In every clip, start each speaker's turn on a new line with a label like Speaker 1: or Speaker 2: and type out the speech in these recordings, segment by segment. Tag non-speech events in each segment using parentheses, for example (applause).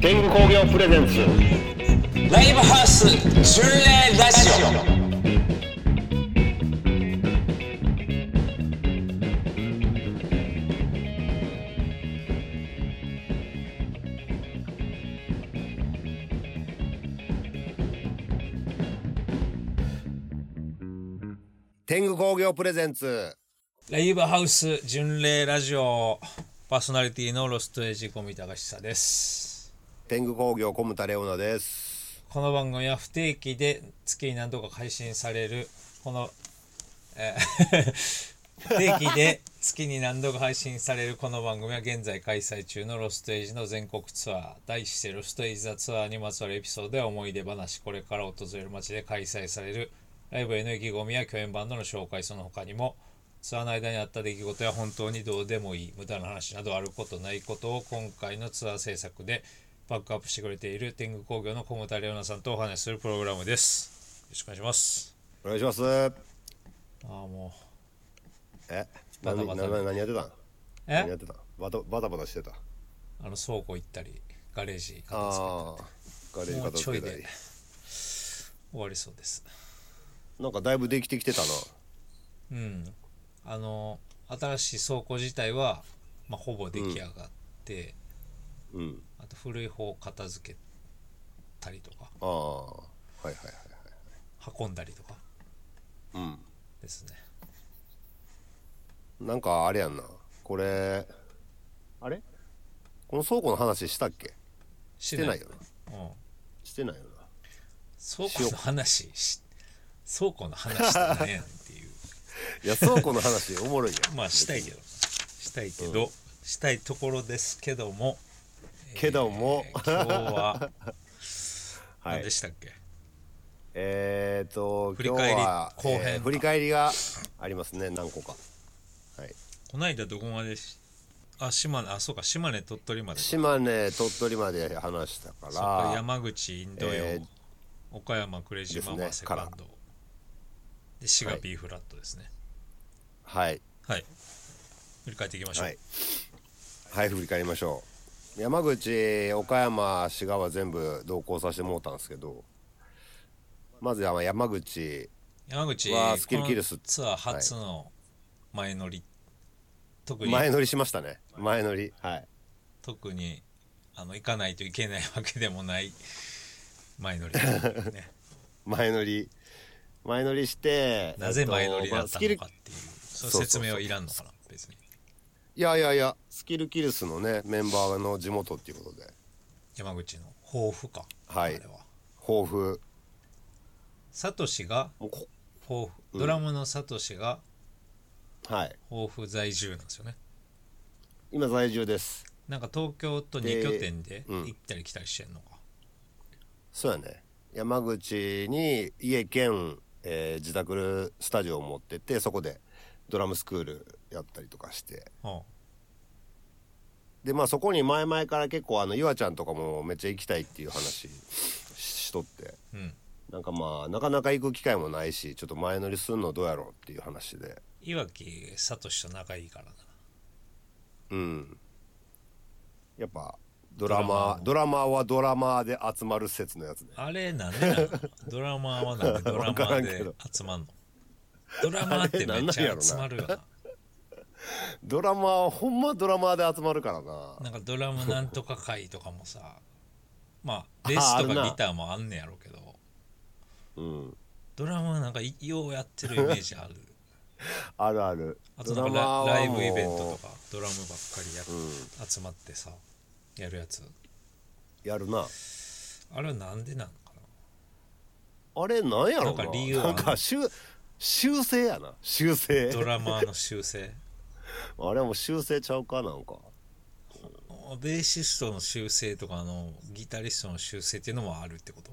Speaker 1: 天狗工業プレゼンツ
Speaker 2: ライブハウス巡礼ラジオ
Speaker 3: 天狗工業プレゼンツ
Speaker 2: ライブハウス巡礼ラジオパーソナリティのロストエイジコミタガシサです
Speaker 3: 天狗工業小牟田レオナです
Speaker 2: この番組は不定期で月に何度か配信されるこの、えー (laughs) 不定期で月に何度か配信されるこの番組は現在開催中のロストエイジの全国ツアー題してロストエイジ・ザ・ツアーにまつわるエピソードや思い出話これから訪れる街で開催されるライブへの意気込みや共演バンドの紹介その他にもツアーの間にあった出来事や本当にどうでもいい無駄な話などあることないことを今回のツアー制作でバックアップしてくれている天狗工業の小牟田玲奈さんとお話しするプログラムですよろしくお願いします
Speaker 3: お願いします
Speaker 2: ああもう
Speaker 3: え
Speaker 2: バタ
Speaker 3: 何
Speaker 2: バタ
Speaker 3: 何何やってたん何や
Speaker 2: え
Speaker 3: ってたんバタバタバタしてた
Speaker 2: あの倉庫行ったりガレージ片付け
Speaker 3: ああガレージ
Speaker 2: もう
Speaker 3: 片
Speaker 2: ちょ
Speaker 3: 付
Speaker 2: い
Speaker 3: けたり
Speaker 2: で終わりそうです
Speaker 3: なんかだいぶできてきてたな
Speaker 2: うんあの新しい倉庫自体は、まあ、ほぼ出来上がって、
Speaker 3: うん
Speaker 2: あと古い方を片付けたりとか
Speaker 3: ああはいはいはいはい
Speaker 2: 運んだりとか
Speaker 3: うん
Speaker 2: ですね
Speaker 3: なんかあれやんなこれあれこの倉庫の話したっけ
Speaker 2: し
Speaker 3: してないよな
Speaker 2: うん、
Speaker 3: してないよな
Speaker 2: 倉庫の話し倉庫の話ってねんっていう
Speaker 3: (laughs) いや倉庫の話おもろいや
Speaker 2: (laughs)
Speaker 3: ん
Speaker 2: まあしたいけどしたいけど、したいところですけども
Speaker 3: けども、
Speaker 2: 今日
Speaker 3: (laughs)
Speaker 2: は
Speaker 3: は
Speaker 2: 何
Speaker 3: い
Speaker 2: でしたっけ、
Speaker 3: えー、と
Speaker 2: 振り
Speaker 3: 今日
Speaker 2: 返り
Speaker 3: は
Speaker 2: 後編
Speaker 3: えー振り返りがありますね何個かはい
Speaker 2: こないだどこまでしあ島根あそうか島根鳥取までか
Speaker 3: 島根鳥取まで話したか
Speaker 2: そっから山口インド洋、
Speaker 3: えー
Speaker 2: 岡山呉島
Speaker 3: です
Speaker 2: マ
Speaker 3: ね
Speaker 2: セカンドで,、滋賀
Speaker 3: はい
Speaker 2: B フラットですね
Speaker 3: はい
Speaker 2: はい、振り返っていきましょう、
Speaker 3: はいはい振り返りましょう山口岡山滋賀は全部同行させてもらったんですけどまずは山口
Speaker 2: 山口
Speaker 3: わあスキルキルス
Speaker 2: このツアー初の前乗り、特に
Speaker 3: 前乗りしましたね前乗りはい
Speaker 2: 特にあの行かないといけないわけでもない前乗り、
Speaker 3: (laughs)
Speaker 2: ね、
Speaker 3: 前乗り前乗りして
Speaker 2: なぜ前乗りだっ
Speaker 3: えとまあ
Speaker 2: た
Speaker 3: ス
Speaker 2: の
Speaker 3: キル
Speaker 2: かっていうその
Speaker 3: そうそうそう
Speaker 2: 説明はいらんのかな別に
Speaker 3: いやいやいやスキルキルスのねメンバーの地元っていうことで
Speaker 2: 山口の抱負か、
Speaker 3: はい
Speaker 2: あれは
Speaker 3: 抱負
Speaker 2: サトシが
Speaker 3: もうこ
Speaker 2: 抱負ドラムのサトシが
Speaker 3: はい
Speaker 2: 豊富在住なんですよね
Speaker 3: 今在住です
Speaker 2: なんか東京と2
Speaker 3: で
Speaker 2: 拠点で
Speaker 3: うん
Speaker 2: 行ったり来たりしてんのか、
Speaker 3: そうやね山口に家兼、えー自宅スタジオを持っててそこでドラムスクールやったりとかして
Speaker 2: うん
Speaker 3: でまあそこに前々から結構あのゆあちゃんとかもめっちゃ行きたいっていう話ししとって
Speaker 2: うん
Speaker 3: なんかまあなかなか行く機会もないしちょっと前乗りすんのどうやろうっていう話で
Speaker 2: いわきサトシと仲いいからな
Speaker 3: うんやっぱドラマードラマーはドラマーで集まる説のやつね
Speaker 2: あれなんでな
Speaker 3: (laughs)
Speaker 2: のドラマーはなんでドラマ
Speaker 3: わからん
Speaker 2: ー
Speaker 3: け
Speaker 2: で
Speaker 3: ど
Speaker 2: 集まんのドラマーってめっちゃ集まるよな
Speaker 3: ドラマーはほんまドラマーで集まるからな
Speaker 2: なんかドラムなんとか会とかもさまあベースと
Speaker 3: あある
Speaker 2: か
Speaker 3: な
Speaker 2: ギターもあんねやろうけど
Speaker 3: うん
Speaker 2: ドラムはなんかいようやってるイメージあ (laughs) る
Speaker 3: あるある
Speaker 2: あとなんか
Speaker 3: ーは
Speaker 2: ラライ
Speaker 3: もう
Speaker 2: ブイベントとかドラムばっかりや、集まってさやるやつ
Speaker 3: やるな
Speaker 2: あれはなんでなのかな
Speaker 3: あれなんや
Speaker 2: な
Speaker 3: ろなん
Speaker 2: か理由は
Speaker 3: なんか修修正やな修正
Speaker 2: ドラマーの修 (laughs) 正
Speaker 3: あれも修正ちゃうかなんか
Speaker 2: ベーシストの修正とかあのギタリストの修正っていうのもあるってこと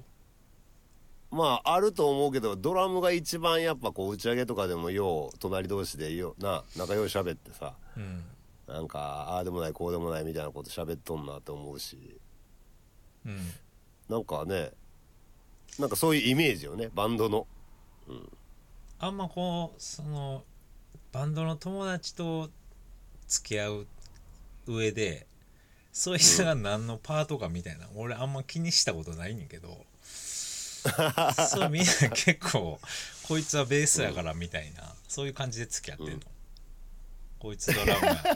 Speaker 3: まああると思うけどドラムが一番やっぱこう打ち上げとかでもよう隣同士でような仲良い喋ってさ
Speaker 2: うん
Speaker 3: なんかああでもないこうでもないみたいなこと喋っとんなって思うし
Speaker 2: うん
Speaker 3: なんかねなんかそういうイメージよねバンドの
Speaker 2: あんまこうそのバンドの友達と付き合う上でそいつが何のパートかみたいな、俺あんま気にしたことないねんけ
Speaker 3: (laughs)
Speaker 2: どそうみんな結構こいつはベースやからみたいな、そういう感じで付き合ってんの、こいつドラムやか
Speaker 3: (laughs)
Speaker 2: ら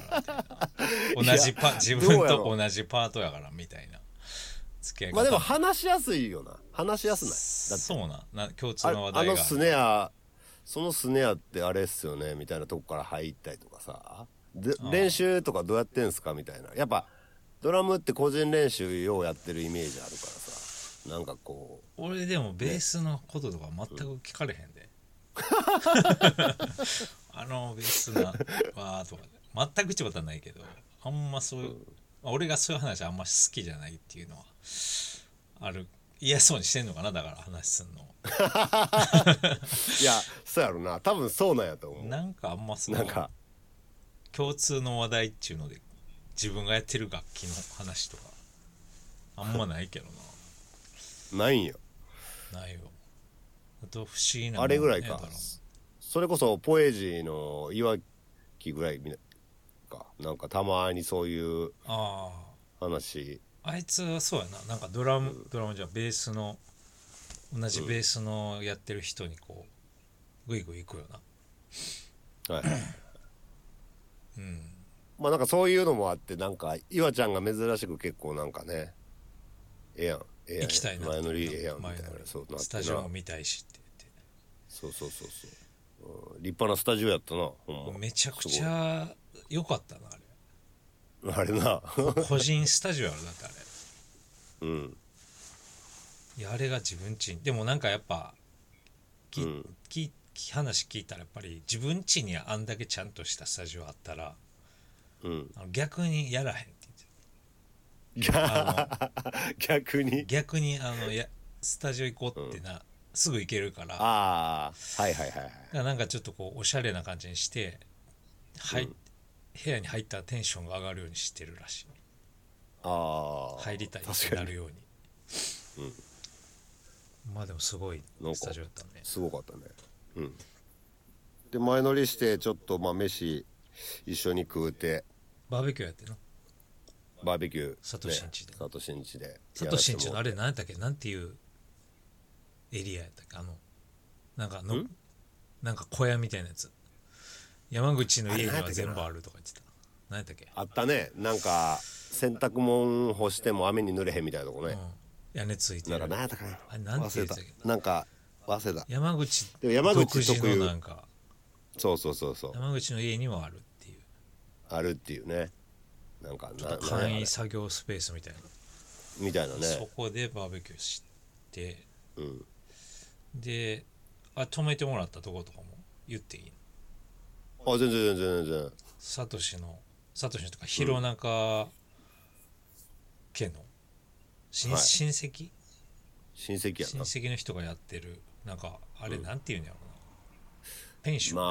Speaker 2: みたいな同じパ自分
Speaker 3: どうや
Speaker 2: と
Speaker 3: ろ
Speaker 2: 同じパートやからみたいな付き合い方
Speaker 3: まあでも話しやすいよな話しやすないだって
Speaker 2: そうなんな共通
Speaker 3: あ
Speaker 2: の話題
Speaker 3: あ
Speaker 2: が
Speaker 3: のスネアそのスネアってあれっすよねみたいなとこから入ったりとかさで練習とかどうやってんすかみたいなやっぱドラムって個人練習ようやってるイメージあるからさなんかこう
Speaker 2: 俺でもベースのこととか全く聞かれへん
Speaker 3: (laughs)
Speaker 2: であのベースなわーとか全く一ことはないけどあんまそういう俺がそういう話あんま好きじゃないっていうのはある嫌そうにしてんのかなだから話すんの
Speaker 3: いやそうやろな多分そうなんやと思う
Speaker 2: なんかあんまそ
Speaker 3: な
Speaker 2: の
Speaker 3: んか
Speaker 2: 共通の話題っちゅうので自分がやってる楽器の話とかあんまないけど
Speaker 3: ないんよ
Speaker 2: なないよあと不思議なもん
Speaker 3: あれぐらい
Speaker 2: や
Speaker 3: か
Speaker 2: だろ
Speaker 3: それこそポエジーの岩木ぐらいみなかなんかたまにそういう
Speaker 2: ああ
Speaker 3: 話
Speaker 2: あいつはそうやななんかドラム、ドラムじゃベースの同じベースのやってる人にこうグイグイ行くよな
Speaker 3: はい
Speaker 2: うん
Speaker 3: まあなんかそういうのもあってなんか岩ちゃんが珍しく結構なんかねええやんええやん
Speaker 2: 行きたいなって
Speaker 3: 前乗りええやんみたいな
Speaker 2: 前乗り
Speaker 3: そうなって
Speaker 2: スタジオ
Speaker 3: な
Speaker 2: も見たいしって
Speaker 3: そうそうそうそう、うん立派なスタジオやったなほ
Speaker 2: 言っ
Speaker 3: ん
Speaker 2: て
Speaker 3: ま
Speaker 2: めちゃくちゃ良かったなあれ
Speaker 3: あれな (laughs)
Speaker 2: 個人スタジオやろだってあれ
Speaker 3: うん
Speaker 2: いやあれが自分ちでもなんかやっぱき、
Speaker 3: うん
Speaker 2: き話聞いたらやっぱり自分ちにあんだけちゃんとしたスタジオあったら
Speaker 3: うん
Speaker 2: あの逆にやらへんって言ってた
Speaker 3: (laughs) 逆に
Speaker 2: 逆にあのやスタジオ行こうってな、すぐ行けるから
Speaker 3: ああはいはいはいは
Speaker 2: だ
Speaker 3: い
Speaker 2: からなんかちょっとこうおしゃれな感じにして、はい部屋に入ったらテンションが上がるようにしてるらしい
Speaker 3: ああ
Speaker 2: 入りたいっ
Speaker 3: 確
Speaker 2: て
Speaker 3: か
Speaker 2: な
Speaker 3: に
Speaker 2: るようにまあでもすごい
Speaker 3: なんか
Speaker 2: スタジオだったね
Speaker 3: すごかったねうんで前乗りしてちょっとまあ飯一緒に食うて
Speaker 2: バーベキューやってな
Speaker 3: バーベキュー、ね、
Speaker 2: 佐藤新地で
Speaker 3: 佐藤新地で
Speaker 2: 佐藤新地のあ
Speaker 3: れ
Speaker 2: れ何やったっけなんていうエリアやったっけあのなんかのなんか小屋みたいなやつ山口の家には全部あるとか言ってた何やったっけ
Speaker 3: あったねなんか洗濯物干しても雨に濡れへんみたいなとこね、
Speaker 2: 屋根ついて
Speaker 3: なん
Speaker 2: る
Speaker 3: か何やったかな
Speaker 2: あれなんて
Speaker 3: 忘
Speaker 2: 言
Speaker 3: れ
Speaker 2: ってたった
Speaker 3: なんか忘れた
Speaker 2: 山口
Speaker 3: でも山口
Speaker 2: 独自
Speaker 3: 特有
Speaker 2: のなんか
Speaker 3: そうそうそうそう
Speaker 2: 山口の家にはあるっていう
Speaker 3: あるっていうねなんかな
Speaker 2: 簡
Speaker 3: なんやあ
Speaker 2: 易
Speaker 3: れ
Speaker 2: 作業スペースみたいな、
Speaker 3: みたいな
Speaker 2: そ
Speaker 3: ね
Speaker 2: こでバーベキューして
Speaker 3: うん
Speaker 2: であ泊めてもらったとことかも言っていい
Speaker 3: あ全然全然全然
Speaker 2: サトシのサトシとか弘中家の、親
Speaker 3: はい
Speaker 2: 親戚
Speaker 3: 親戚や
Speaker 2: 親
Speaker 3: な
Speaker 2: 戚の人がやってるなんかあれなんていうんやろうな、ペンション、
Speaker 3: ま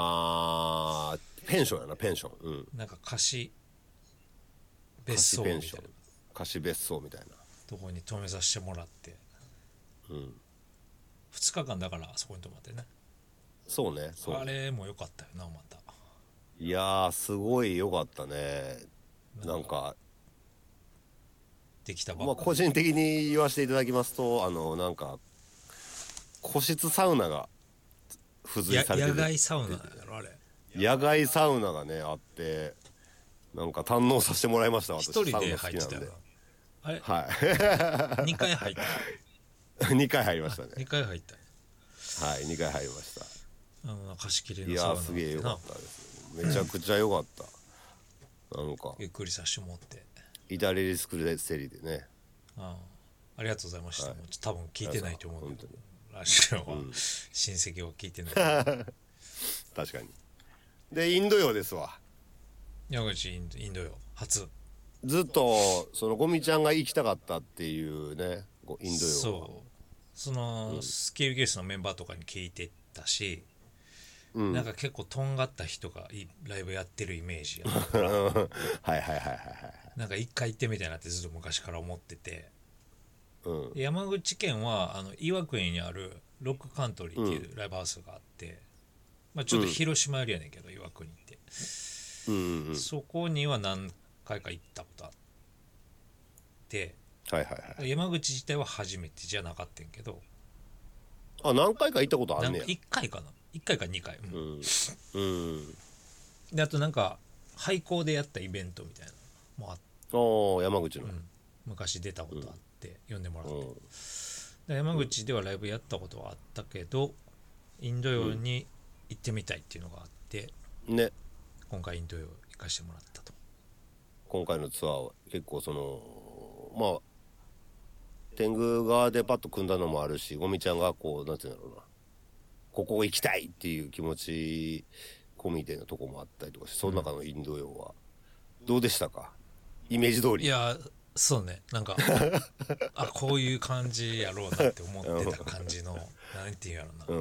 Speaker 3: あペンションやなペンションうん
Speaker 2: なんか貸し別
Speaker 3: 貸し
Speaker 2: 荘みたい
Speaker 3: ペン
Speaker 2: な
Speaker 3: ション貸し別荘みたいな
Speaker 2: とこに泊めさせてもらって、
Speaker 3: うん
Speaker 2: 2日間だからあそこに泊まってね
Speaker 3: そうねそう
Speaker 2: あれも良かったよなまた
Speaker 3: いやーすごい良かったねなんか
Speaker 2: できたば
Speaker 3: まあ
Speaker 2: っか
Speaker 3: 個人的に言わせていただきますとあのなんか個室サウナが付随
Speaker 2: や
Speaker 3: されてる
Speaker 2: 野外サウナやろあれ
Speaker 3: 野外サウナがねあってなんか堪能させてもらいました私
Speaker 2: 一人で入ってたよな
Speaker 3: サ
Speaker 2: あれ
Speaker 3: ウナ好きなんで
Speaker 2: 2回
Speaker 3: (laughs)
Speaker 2: 入った (laughs)
Speaker 3: はい2回入りましたね
Speaker 2: 2回入った
Speaker 3: はい2回入りました
Speaker 2: あの貸し切り
Speaker 3: い
Speaker 2: の
Speaker 3: や
Speaker 2: サウ
Speaker 3: ー
Speaker 2: ナ
Speaker 3: すげえ良か
Speaker 2: な
Speaker 3: ったですめちゃくちゃ良かったなんか
Speaker 2: ゆっくりさせてもらって
Speaker 3: イタリリスクレセリでね
Speaker 2: あありがとうございました、もうちょ多分聞いてないと思うけど
Speaker 3: 本
Speaker 2: ラジオは、親戚は聞いてない
Speaker 3: 確かにでインド洋ですわ
Speaker 2: 山口インドインド洋初
Speaker 3: ずっとそのゴミちゃんが行きたかったっていうねこうインド洋
Speaker 2: そうその、スキルゲスのメンバーとかに聞いてたし、
Speaker 3: うん
Speaker 2: なんか結構とんがった人がいライブやってるイメージやった
Speaker 3: うん (laughs) はいはいはいはいはい。
Speaker 2: なんか一回行ってみたいなってずっと昔から思ってて
Speaker 3: うん。
Speaker 2: 山口県はあの岩国にあるロックカントリーっていうライブハウスがあって、まあ、ちょっと広島寄りやねんけど、岩国って、
Speaker 3: うんうんうん。
Speaker 2: そこには何回か行ったことあって
Speaker 3: はいはいはい
Speaker 2: 山口自体は初めてじゃなかったんやけど
Speaker 3: あ何回か行ったことあ
Speaker 2: なんん
Speaker 3: ね
Speaker 2: か
Speaker 3: や
Speaker 2: 1回かな1回か2回、うん
Speaker 3: うん、うん、
Speaker 2: であとなんか廃校でやったイベントみたいなのもあっ
Speaker 3: おー山口の、
Speaker 2: うん昔出たことあって、呼んでもらって、
Speaker 3: うん
Speaker 2: で山口ではライブやったことはあったけどインド洋に行ってみたいっていうのがあって、
Speaker 3: ね
Speaker 2: 今回インド洋行かしてもらったと
Speaker 3: 今回のツアーは結構そのまあ天狗側でパッと組んだのもあるしゴミちゃんがこうなんていうんだろうなここ行きたいっていう気持ち込みでのとこもあったりとかしてその中のインド洋は、どうでしたかイメージ通
Speaker 2: い
Speaker 3: り
Speaker 2: やーそうねなん (laughs) かあこういう感じやろうなって思ってた感 (laughs) じのなんていうんやろう
Speaker 3: う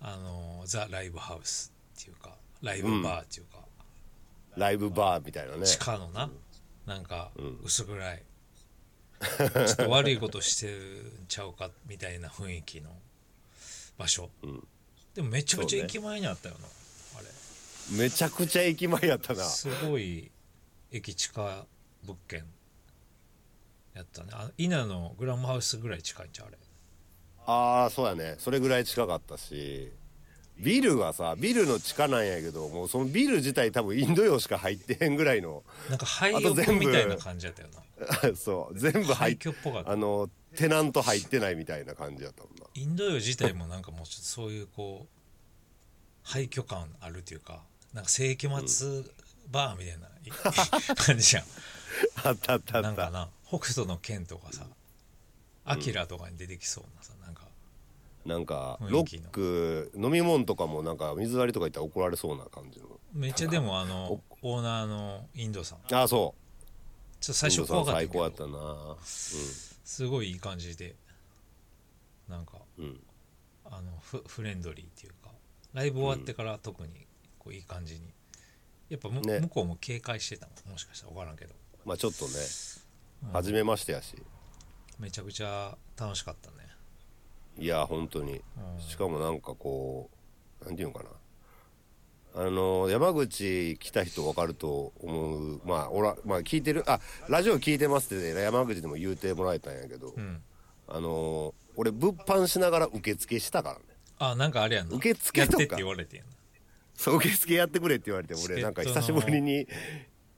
Speaker 2: な、
Speaker 3: ん
Speaker 2: あのーザ・ライブハウスっていうかライブバーっていうか、
Speaker 3: ライブバーみたいなね
Speaker 2: 地下のななんか薄暗い、ちょっと悪いことしてるんちゃうかみたいな雰囲気の場所、でもめちゃくちゃ駅前にあったよな、あれ
Speaker 3: めちゃくちゃ駅前やったな
Speaker 2: すごい駅近物件やったねあ稲のグラムハウスぐらい近いんちゃうあれ
Speaker 3: ああそうやねそれぐらい近かったしビルがさビルの地下なんやけどもうそのビル自体多分インド洋しか入ってへんぐらいの
Speaker 2: なんか廃
Speaker 3: あと
Speaker 2: 屋
Speaker 3: 全部
Speaker 2: みたいな感じやったよな
Speaker 3: (laughs) そう全部入
Speaker 2: 廃
Speaker 3: っ
Speaker 2: 墟っぽかった
Speaker 3: あのテナント入ってないみたいな感じやったもんな
Speaker 2: インド洋自体もなんかもうちょっとそういうこう廃墟感あるというかなんか世紀末バーみたいな、い (laughs) 感じじゃん
Speaker 3: あったあったあ
Speaker 2: なん
Speaker 3: っ
Speaker 2: か
Speaker 3: た
Speaker 2: な北斗の剣とかさアキラとかに出てきそうなさなんか
Speaker 3: なんか
Speaker 2: 雰
Speaker 3: ロ
Speaker 2: 囲気
Speaker 3: ッ
Speaker 2: の
Speaker 3: ク飲み物とかもなんか水割りとか言ったら怒られそうな感じの
Speaker 2: めっちゃでもあのオーナーのインドさんちょっ
Speaker 3: ああそ
Speaker 2: と
Speaker 3: う
Speaker 2: 最初怖かったけ
Speaker 3: インドさん最高や
Speaker 2: ど
Speaker 3: ったな
Speaker 2: すごいいい感じでなんか
Speaker 3: うんうん
Speaker 2: あのフフレンドリーっていうかライブ終わってから特にこういい感じにやっぱむ、
Speaker 3: ね
Speaker 2: 向こうも警戒してたのもしかしたら分からんけど
Speaker 3: まあちょっとね初めましてやし
Speaker 2: めちゃくちゃ楽しかったね
Speaker 3: いや本当に
Speaker 2: うん
Speaker 3: しかもなんかこうなんていうのかなあの山口来た人分かると思うまあおらまあ聞いてるあラジオ聞いてますって、ね、山口でも言うてもらえたんやけど、
Speaker 2: うん
Speaker 3: あの俺物販しながら受付したからね
Speaker 2: あなんかあれやんな
Speaker 3: 受付とか
Speaker 2: やってって言われてんな
Speaker 3: そう受付やってくれって言われて
Speaker 2: チケット
Speaker 3: 俺
Speaker 2: の
Speaker 3: なんか久しぶりに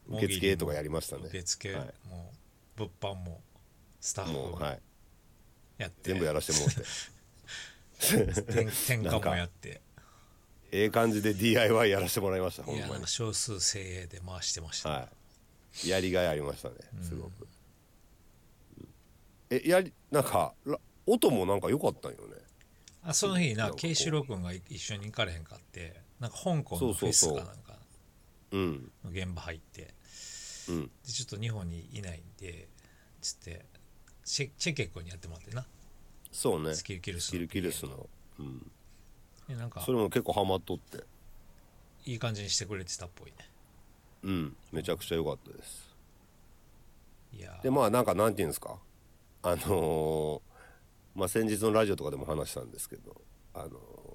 Speaker 3: 受付とかやりましたね
Speaker 2: 受付、
Speaker 3: はい
Speaker 2: もう物販もスタッフ
Speaker 3: も
Speaker 2: も
Speaker 3: うはい
Speaker 2: やって、
Speaker 3: 全部やらしてもらって
Speaker 2: 転転
Speaker 3: な
Speaker 2: 換
Speaker 3: ん
Speaker 2: も
Speaker 3: か
Speaker 2: やって
Speaker 3: (laughs) ええ感じで DIY やらしてもらいましたほ
Speaker 2: い
Speaker 3: ん
Speaker 2: やな
Speaker 3: ま
Speaker 2: ん
Speaker 3: に
Speaker 2: か少数精鋭で回してました、
Speaker 3: はいやりがいありましたねすごく、えやりなんから音もなんか良かったんよね
Speaker 2: あその日
Speaker 3: なん
Speaker 2: な
Speaker 3: かこう
Speaker 2: 慶志郎君がい一緒に行かれへんかってなんか香港
Speaker 3: そ
Speaker 2: の
Speaker 3: う
Speaker 2: フ
Speaker 3: そう
Speaker 2: ェス
Speaker 3: そう
Speaker 2: かなんか
Speaker 3: うん
Speaker 2: の現場入って
Speaker 3: うん
Speaker 2: でちょっと日本にいないんでつってチェチェケ君にやってもらってな
Speaker 3: そうね
Speaker 2: スキルキルス
Speaker 3: キルキルスの、うん、
Speaker 2: でなんか
Speaker 3: それも結構ハマっとって
Speaker 2: いい感じにしてくれてたっぽいね
Speaker 3: うんめちゃくちゃ良かったです
Speaker 2: いやー
Speaker 3: でまあなんかなんていうんですかあのーまあ先日のラジオとかでも話したんですけど、あのー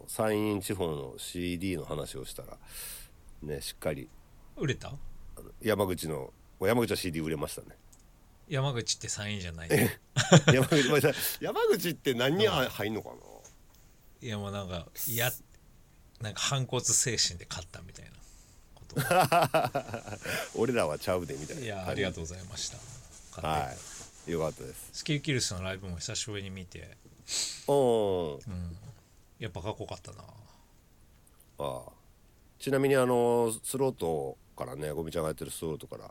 Speaker 3: 山陰地方の CD の話をしたらねしっかり
Speaker 2: 売れた
Speaker 3: 山口の山口は CD 売れました (laughs) ね
Speaker 2: 山口って3位じゃない
Speaker 3: 山口ごめんなさい山口って何に入んのかない
Speaker 2: やもうなんか (laughs) いやなんか反骨精神で勝ったみたいなこと
Speaker 3: (laughs) 俺らはちゃうで (laughs) みたいない
Speaker 2: やありがとうございました買っ
Speaker 3: は
Speaker 2: て
Speaker 3: いよかったです
Speaker 2: スキルキルスのライブも久しぶりに見て
Speaker 3: おー
Speaker 2: やっぱかっこよかったな
Speaker 3: ああちなみにあのースロートからねゴミちゃんがやってるスロートから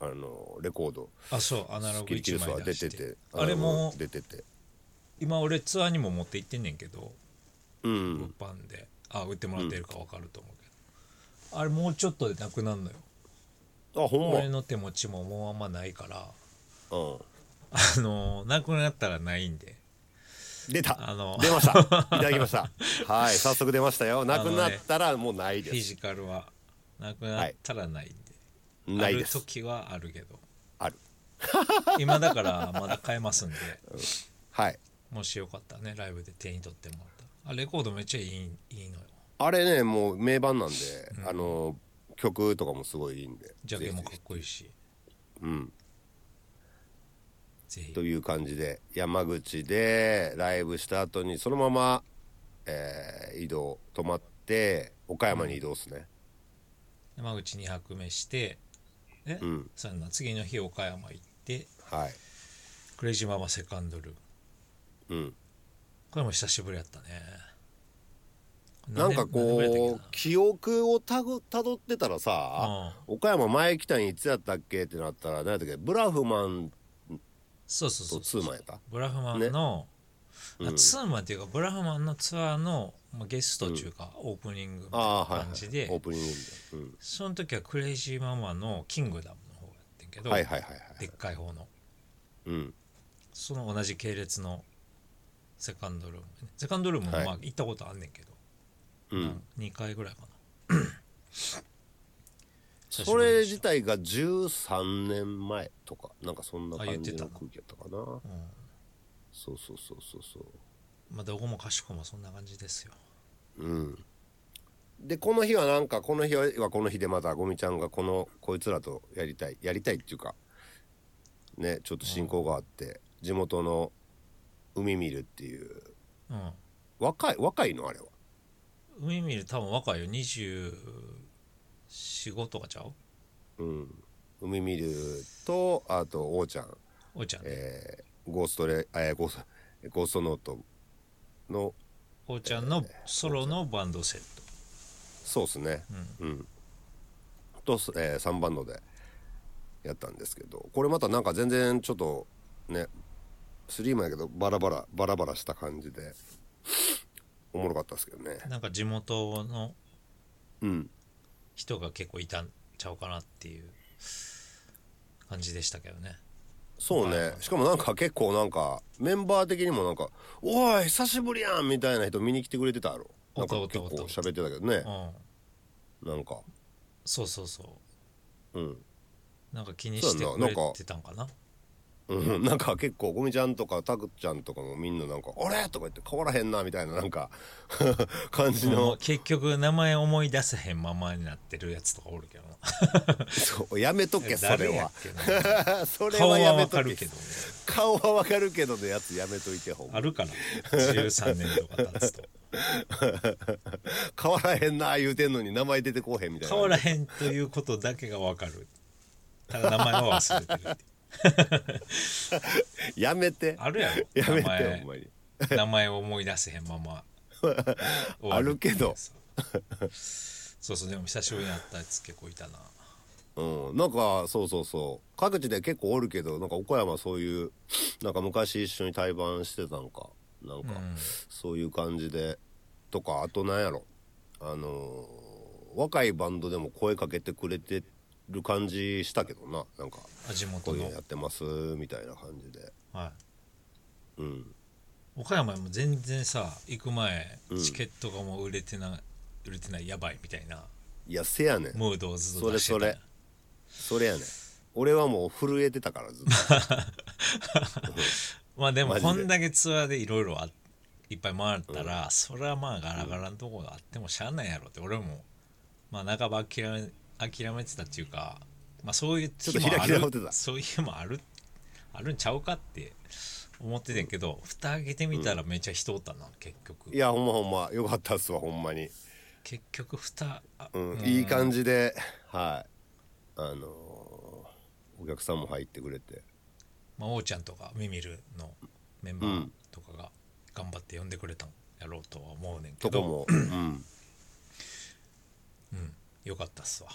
Speaker 3: あのーレコード
Speaker 2: あそうアナロ
Speaker 3: ス
Speaker 2: グ
Speaker 3: キルキル
Speaker 2: 1
Speaker 3: スは
Speaker 2: 枚
Speaker 3: 出
Speaker 2: 出してて
Speaker 3: て
Speaker 2: あれも
Speaker 3: 出てて
Speaker 2: 今俺ツアーにも持って行ってんねんけど
Speaker 3: うん
Speaker 2: 物販であ売ってもらってるか分かると思うけど、あれもうちょっとでなくなるのよ
Speaker 3: あほんま
Speaker 2: 俺の手持ちももうあんまないから
Speaker 3: う
Speaker 2: あのなくなったらないんで
Speaker 3: ん、出た、
Speaker 2: あの
Speaker 3: 出ま
Speaker 2: (laughs)
Speaker 3: したいただきましたはい早速出ましたよなくなったらもうない
Speaker 2: フ
Speaker 3: で
Speaker 2: ィ
Speaker 3: す、
Speaker 2: ジカルはなくなったらないんで、
Speaker 3: な
Speaker 2: あ
Speaker 3: い
Speaker 2: る
Speaker 3: です
Speaker 2: 時はあるけど
Speaker 3: ある
Speaker 2: 今だからまだ買えますんで
Speaker 3: はい
Speaker 2: もしよかったらねライブで手に取ってもらったらあレコードめっちゃいいいいのよ
Speaker 3: あれねもう名盤なんで、あの曲とかもすごいいいんで
Speaker 2: ジャケもか
Speaker 3: ぜ
Speaker 2: っこいいし
Speaker 3: ひうん
Speaker 2: ぜひ
Speaker 3: という感じで山口でライブした後にそのまま、えー移動泊まって岡山に移動ですね、
Speaker 2: 山口2泊目してえ、
Speaker 3: ん
Speaker 2: そんな次の日岡山行って
Speaker 3: はい
Speaker 2: クレイジーママセカンドルーム
Speaker 3: うん
Speaker 2: これも久しぶりやったね
Speaker 3: なんか
Speaker 2: 何年何年ぶりやっ
Speaker 3: こ
Speaker 2: た
Speaker 3: う
Speaker 2: っ
Speaker 3: 記憶をたぐたどってたらさ、岡山前来たんいつやったっけってなったら何やったっけブラフマン
Speaker 2: そうそうそ
Speaker 3: と
Speaker 2: うそ
Speaker 3: ツ
Speaker 2: う
Speaker 3: ーマンやった
Speaker 2: ブラフマンの、あツーマンっていうかブラフマンのツアーの、まあ、ゲストっていうか、オープニングみたい
Speaker 3: ああ
Speaker 2: な
Speaker 3: はい、はい、オ
Speaker 2: 感じで、
Speaker 3: ープニングみたいな
Speaker 2: その時はクレイジーママのキングダムの方やってんけ
Speaker 3: う
Speaker 2: ど、
Speaker 3: ん、はいはいはいはい
Speaker 2: でっかい方の
Speaker 3: うん
Speaker 2: その同じ系列のセカンドルームねセカンドルームも
Speaker 3: はい
Speaker 2: まあ行ったことあんねんけど、
Speaker 3: うん
Speaker 2: 2回ぐらいかな久し
Speaker 3: そ
Speaker 2: ぶり
Speaker 3: れ
Speaker 2: でし
Speaker 3: 自体が13年前とかなんかそんな
Speaker 2: あ言っ
Speaker 3: 感
Speaker 2: て
Speaker 3: じ
Speaker 2: た
Speaker 3: の空気やったかなそうそうそうそうそう
Speaker 2: まあどこもかしこもそんな感じですよ
Speaker 3: うんでこの日はなんかこの日はこの日でまたゴミちゃんがこのこいつらとやりたいやりたいっていうかねちょっと親交があって地元の海見るっていう
Speaker 2: うん
Speaker 3: 若い若いのあれは
Speaker 2: 海見る多分若いよ245とかちゃう
Speaker 3: うん海見るとあと王ちゃん
Speaker 2: おいちゃんね、
Speaker 3: えーゴーストレ、えーゴーストゴーストノートの
Speaker 2: おいちゃんのソロのバンドセット
Speaker 3: そうですね、うんと、えー、3バンドでやったんですけどこれまたなんか全然ちょっとねスリーマンやけどバラバラバラバラした感じでおもろかったですけどね
Speaker 2: なんか地元の
Speaker 3: うん
Speaker 2: 人が結構いたんちゃうかなっていう感じでしたけどね
Speaker 3: そうねしかもなんか結構なんかメンバー的にもなんか「おい久しぶりやん!」みたいな人見に来てくれてたやろ
Speaker 2: お
Speaker 3: な
Speaker 2: っ
Speaker 3: んか
Speaker 2: たおっ
Speaker 3: 結
Speaker 2: たお
Speaker 3: 構
Speaker 2: った
Speaker 3: 喋ってたけどね
Speaker 2: うん
Speaker 3: なんか
Speaker 2: そうそうそ
Speaker 3: うん
Speaker 2: うなんか気にして
Speaker 3: そ
Speaker 2: く
Speaker 3: うやんな
Speaker 2: れ
Speaker 3: なんか
Speaker 2: てたんかな
Speaker 3: うん、 (laughs) なんか結構ゴミちゃんとかタクちゃんとかもみんななんか「あれ?」とか言って変わらへんなみたいななんか (laughs) 感じ
Speaker 2: もう
Speaker 3: の
Speaker 2: 結局名前思い出せへんままになってるやつとかおるけどな
Speaker 3: (laughs) そうやめとけそ
Speaker 2: 誰
Speaker 3: れ
Speaker 2: や
Speaker 3: は
Speaker 2: っけな
Speaker 3: それ
Speaker 2: 顔
Speaker 3: は
Speaker 2: は
Speaker 3: (laughs) やめ
Speaker 2: わ
Speaker 3: と
Speaker 2: か
Speaker 3: け
Speaker 2: るけどね
Speaker 3: 顔はわかるけどのやつやめといてほんま
Speaker 2: あるから13年とか経つ
Speaker 3: (laughs)
Speaker 2: と
Speaker 3: 変わらへんな言うてんのに名前出てこうへんみたいな
Speaker 2: 変わらへんということだけがわかるただ名前は忘れてるっていう
Speaker 3: やめて
Speaker 2: あるやろ
Speaker 3: やめ
Speaker 2: 名
Speaker 3: て
Speaker 2: 前
Speaker 3: ほんまに (laughs)
Speaker 2: 名前を思い出せへんまま終わ
Speaker 3: あるけど
Speaker 2: そうそうでも久しぶりに会ったやつ結構いたな
Speaker 3: うん、なんかそうそうそう各地で結構おるけどなんか岡山そういうなんか昔一緒に対バンしてたんかなんか、そういう感じでとかあとなんやろあのー若いバンドでも声かけてくれてる感じしたけどななんか
Speaker 2: あ地
Speaker 3: こ
Speaker 2: 元
Speaker 3: ういう
Speaker 2: の
Speaker 3: のやってますみたいな感じで
Speaker 2: はい
Speaker 3: うん
Speaker 2: 岡山も全然さ行く前チケットがもう売れてない売れてないやばいみたいない
Speaker 3: やせやねん
Speaker 2: ムードをずっと出して
Speaker 3: それそれそれやねん俺はもう震えてたからずっと
Speaker 2: まあでも
Speaker 3: マジで
Speaker 2: こんだけツアーでいろいろいっぱい回ったら、それはまあガラガラのとこがあってもしゃあないやろって俺もまあ半ば諦め諦めてたっていうかまあそういう
Speaker 3: ちょっと開き直ってた
Speaker 2: そういう日もあるあるんちゃうかって思ってたけど、蓋開けてみたらめっちゃ人おったな結局
Speaker 3: いやほんまほんまよかったっすわほんまに
Speaker 2: 結局蓋あ
Speaker 3: うん、いい感じで、はい。あのーお客さんも入ってくれて。
Speaker 2: まあ、王ちゃんとかミミルのメンバーとかが頑張って呼んでくれたんやろうとは思うねんけ
Speaker 3: とこ
Speaker 2: ど、
Speaker 3: も、うん。
Speaker 2: よかったっすわ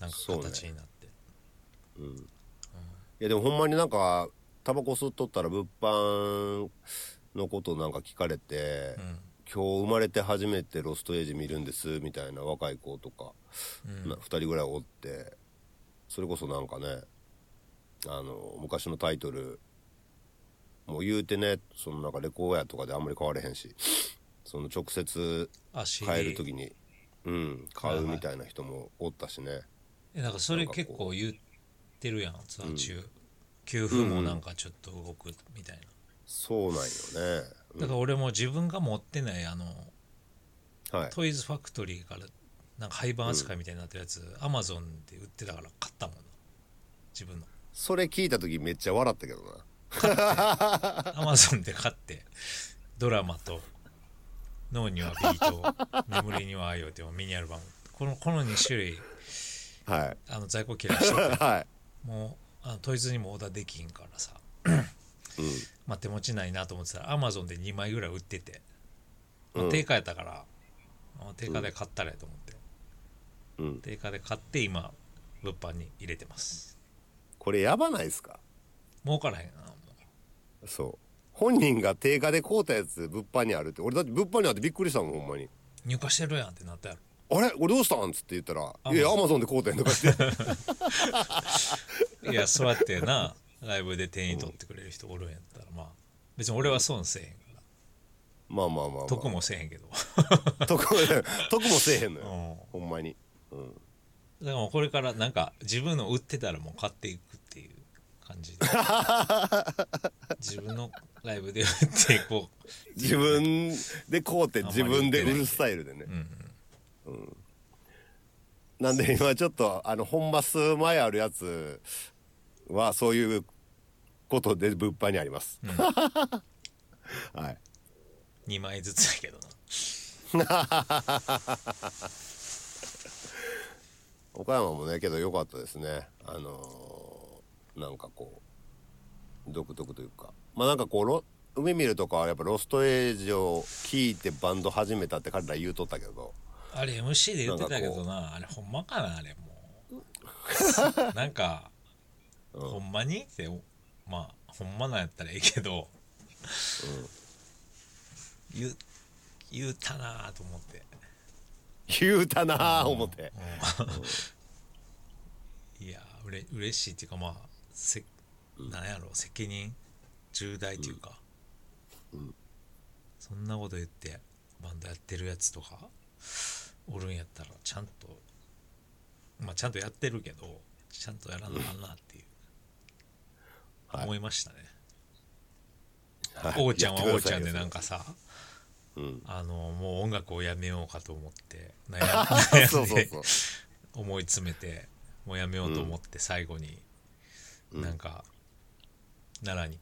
Speaker 2: なんか
Speaker 3: そうね
Speaker 2: 形になって、
Speaker 3: いや、でもほんまになんか、タバコ吸っとったら物販のことなんか聞かれて、今日生まれて初めてロストエイジ見るんです、みたいな若い子とか、な二人ぐらいおって、それこそなんかね、あの、昔のタイトル、もう言うてね、そのなんかレコーヤとかであんまり買われへんし、その直接
Speaker 2: あ CD
Speaker 3: 買える時に、うん、買うみたいな人もおったしね、
Speaker 2: えなんかそれ結構言ってるやんツアー中、給付もなんかちょっと動くみたいな、
Speaker 3: そうなんよね、
Speaker 2: だから俺も自分が持ってないあの
Speaker 3: うんはい
Speaker 2: トイズファクトリーからなんか廃盤扱いみたいになってるやつ、アマ
Speaker 3: (laughs)
Speaker 2: ゾンで売ってたから買ったもんな自分の
Speaker 3: それ聞いた時めっちゃ笑ったけどな
Speaker 2: アマゾンで買ってドラマと脳にはビート
Speaker 3: (laughs)
Speaker 2: 眠りには愛をでもミニアルバムこのこの2種類
Speaker 3: はい (laughs)
Speaker 2: あの在庫切らして
Speaker 3: は
Speaker 2: もうあのトイズにもオーダーできんからさ、
Speaker 3: い、うん、
Speaker 2: まあ、手持ちないなと思ってたらアマゾンで2枚ぐらい売ってて、まあ
Speaker 3: うん
Speaker 2: 定価やったから、あ定価で買ったらやと思って、
Speaker 3: うん
Speaker 2: 定価で買って今物販に入れてます
Speaker 3: これやばないですか
Speaker 2: 儲からへんなもう
Speaker 3: そう本人が定価で買うたやつ物販にあるって俺だって物販にあってびっくりしたもんほんまに
Speaker 2: 入荷してるやんってなったやろ
Speaker 3: あれ俺どうしたんつって言ったら「いやアマゾンで買うたんやん」とか
Speaker 2: (laughs)
Speaker 3: 言って
Speaker 2: いやそうやって
Speaker 3: (laughs)
Speaker 2: なライブで店員取ってくれる人おるんやったらまあ別に俺は損せえへんから
Speaker 3: まあまあまあ、まあ、
Speaker 2: 得もせえへんけど (laughs)
Speaker 3: 得も得もせえへんのよ
Speaker 2: うん
Speaker 3: ほんまに、うん、
Speaker 2: だからもうこれからなんか自分の売ってたらもう買っていくっていう感
Speaker 3: (laughs)
Speaker 2: じで自分のライブで売っていこ
Speaker 3: 自分で買うて自分で売るスタイルでね
Speaker 2: う、うん、
Speaker 3: なんで今ちょっとあの本場数前あるやつはそういうことで物販にあります、 (laughs) はい
Speaker 2: 2枚ずつやけどな
Speaker 3: 岡山もねけど良かったですねあのーなんかこう独特というかまあなんかこうロ海見るとかはやっぱロストエイジを聞いてバンド始めたって彼ら言うとったけど
Speaker 2: あれ MC で言ってたけどなあれほんまかなあれも (laughs) うなんか、ほんまにっておまあほんまなんやったらいいけど、言う言うたなあと思って、
Speaker 3: 言うたなあ思って、
Speaker 2: うんいやうれ嬉しいっていうかまあせなんやろ責任重大というか、そんなこと言ってバンドやってるやつとかおるんやったらちゃんとまあちゃんとやってるけどちゃんとやらなあかんなっていう、
Speaker 3: はい
Speaker 2: 思いましたね、
Speaker 3: はい
Speaker 2: 王ちゃんは
Speaker 3: やっ
Speaker 2: 王
Speaker 3: てく
Speaker 2: ち
Speaker 3: だ
Speaker 2: ゃ
Speaker 3: さい
Speaker 2: ん
Speaker 3: よ
Speaker 2: でなんかさ (laughs)
Speaker 3: うん
Speaker 2: あのもう音楽をやめようかと思って悩んで
Speaker 3: (laughs) そうそうそう
Speaker 2: 思い詰めてもうやめようと思って最後に、なんか奈良に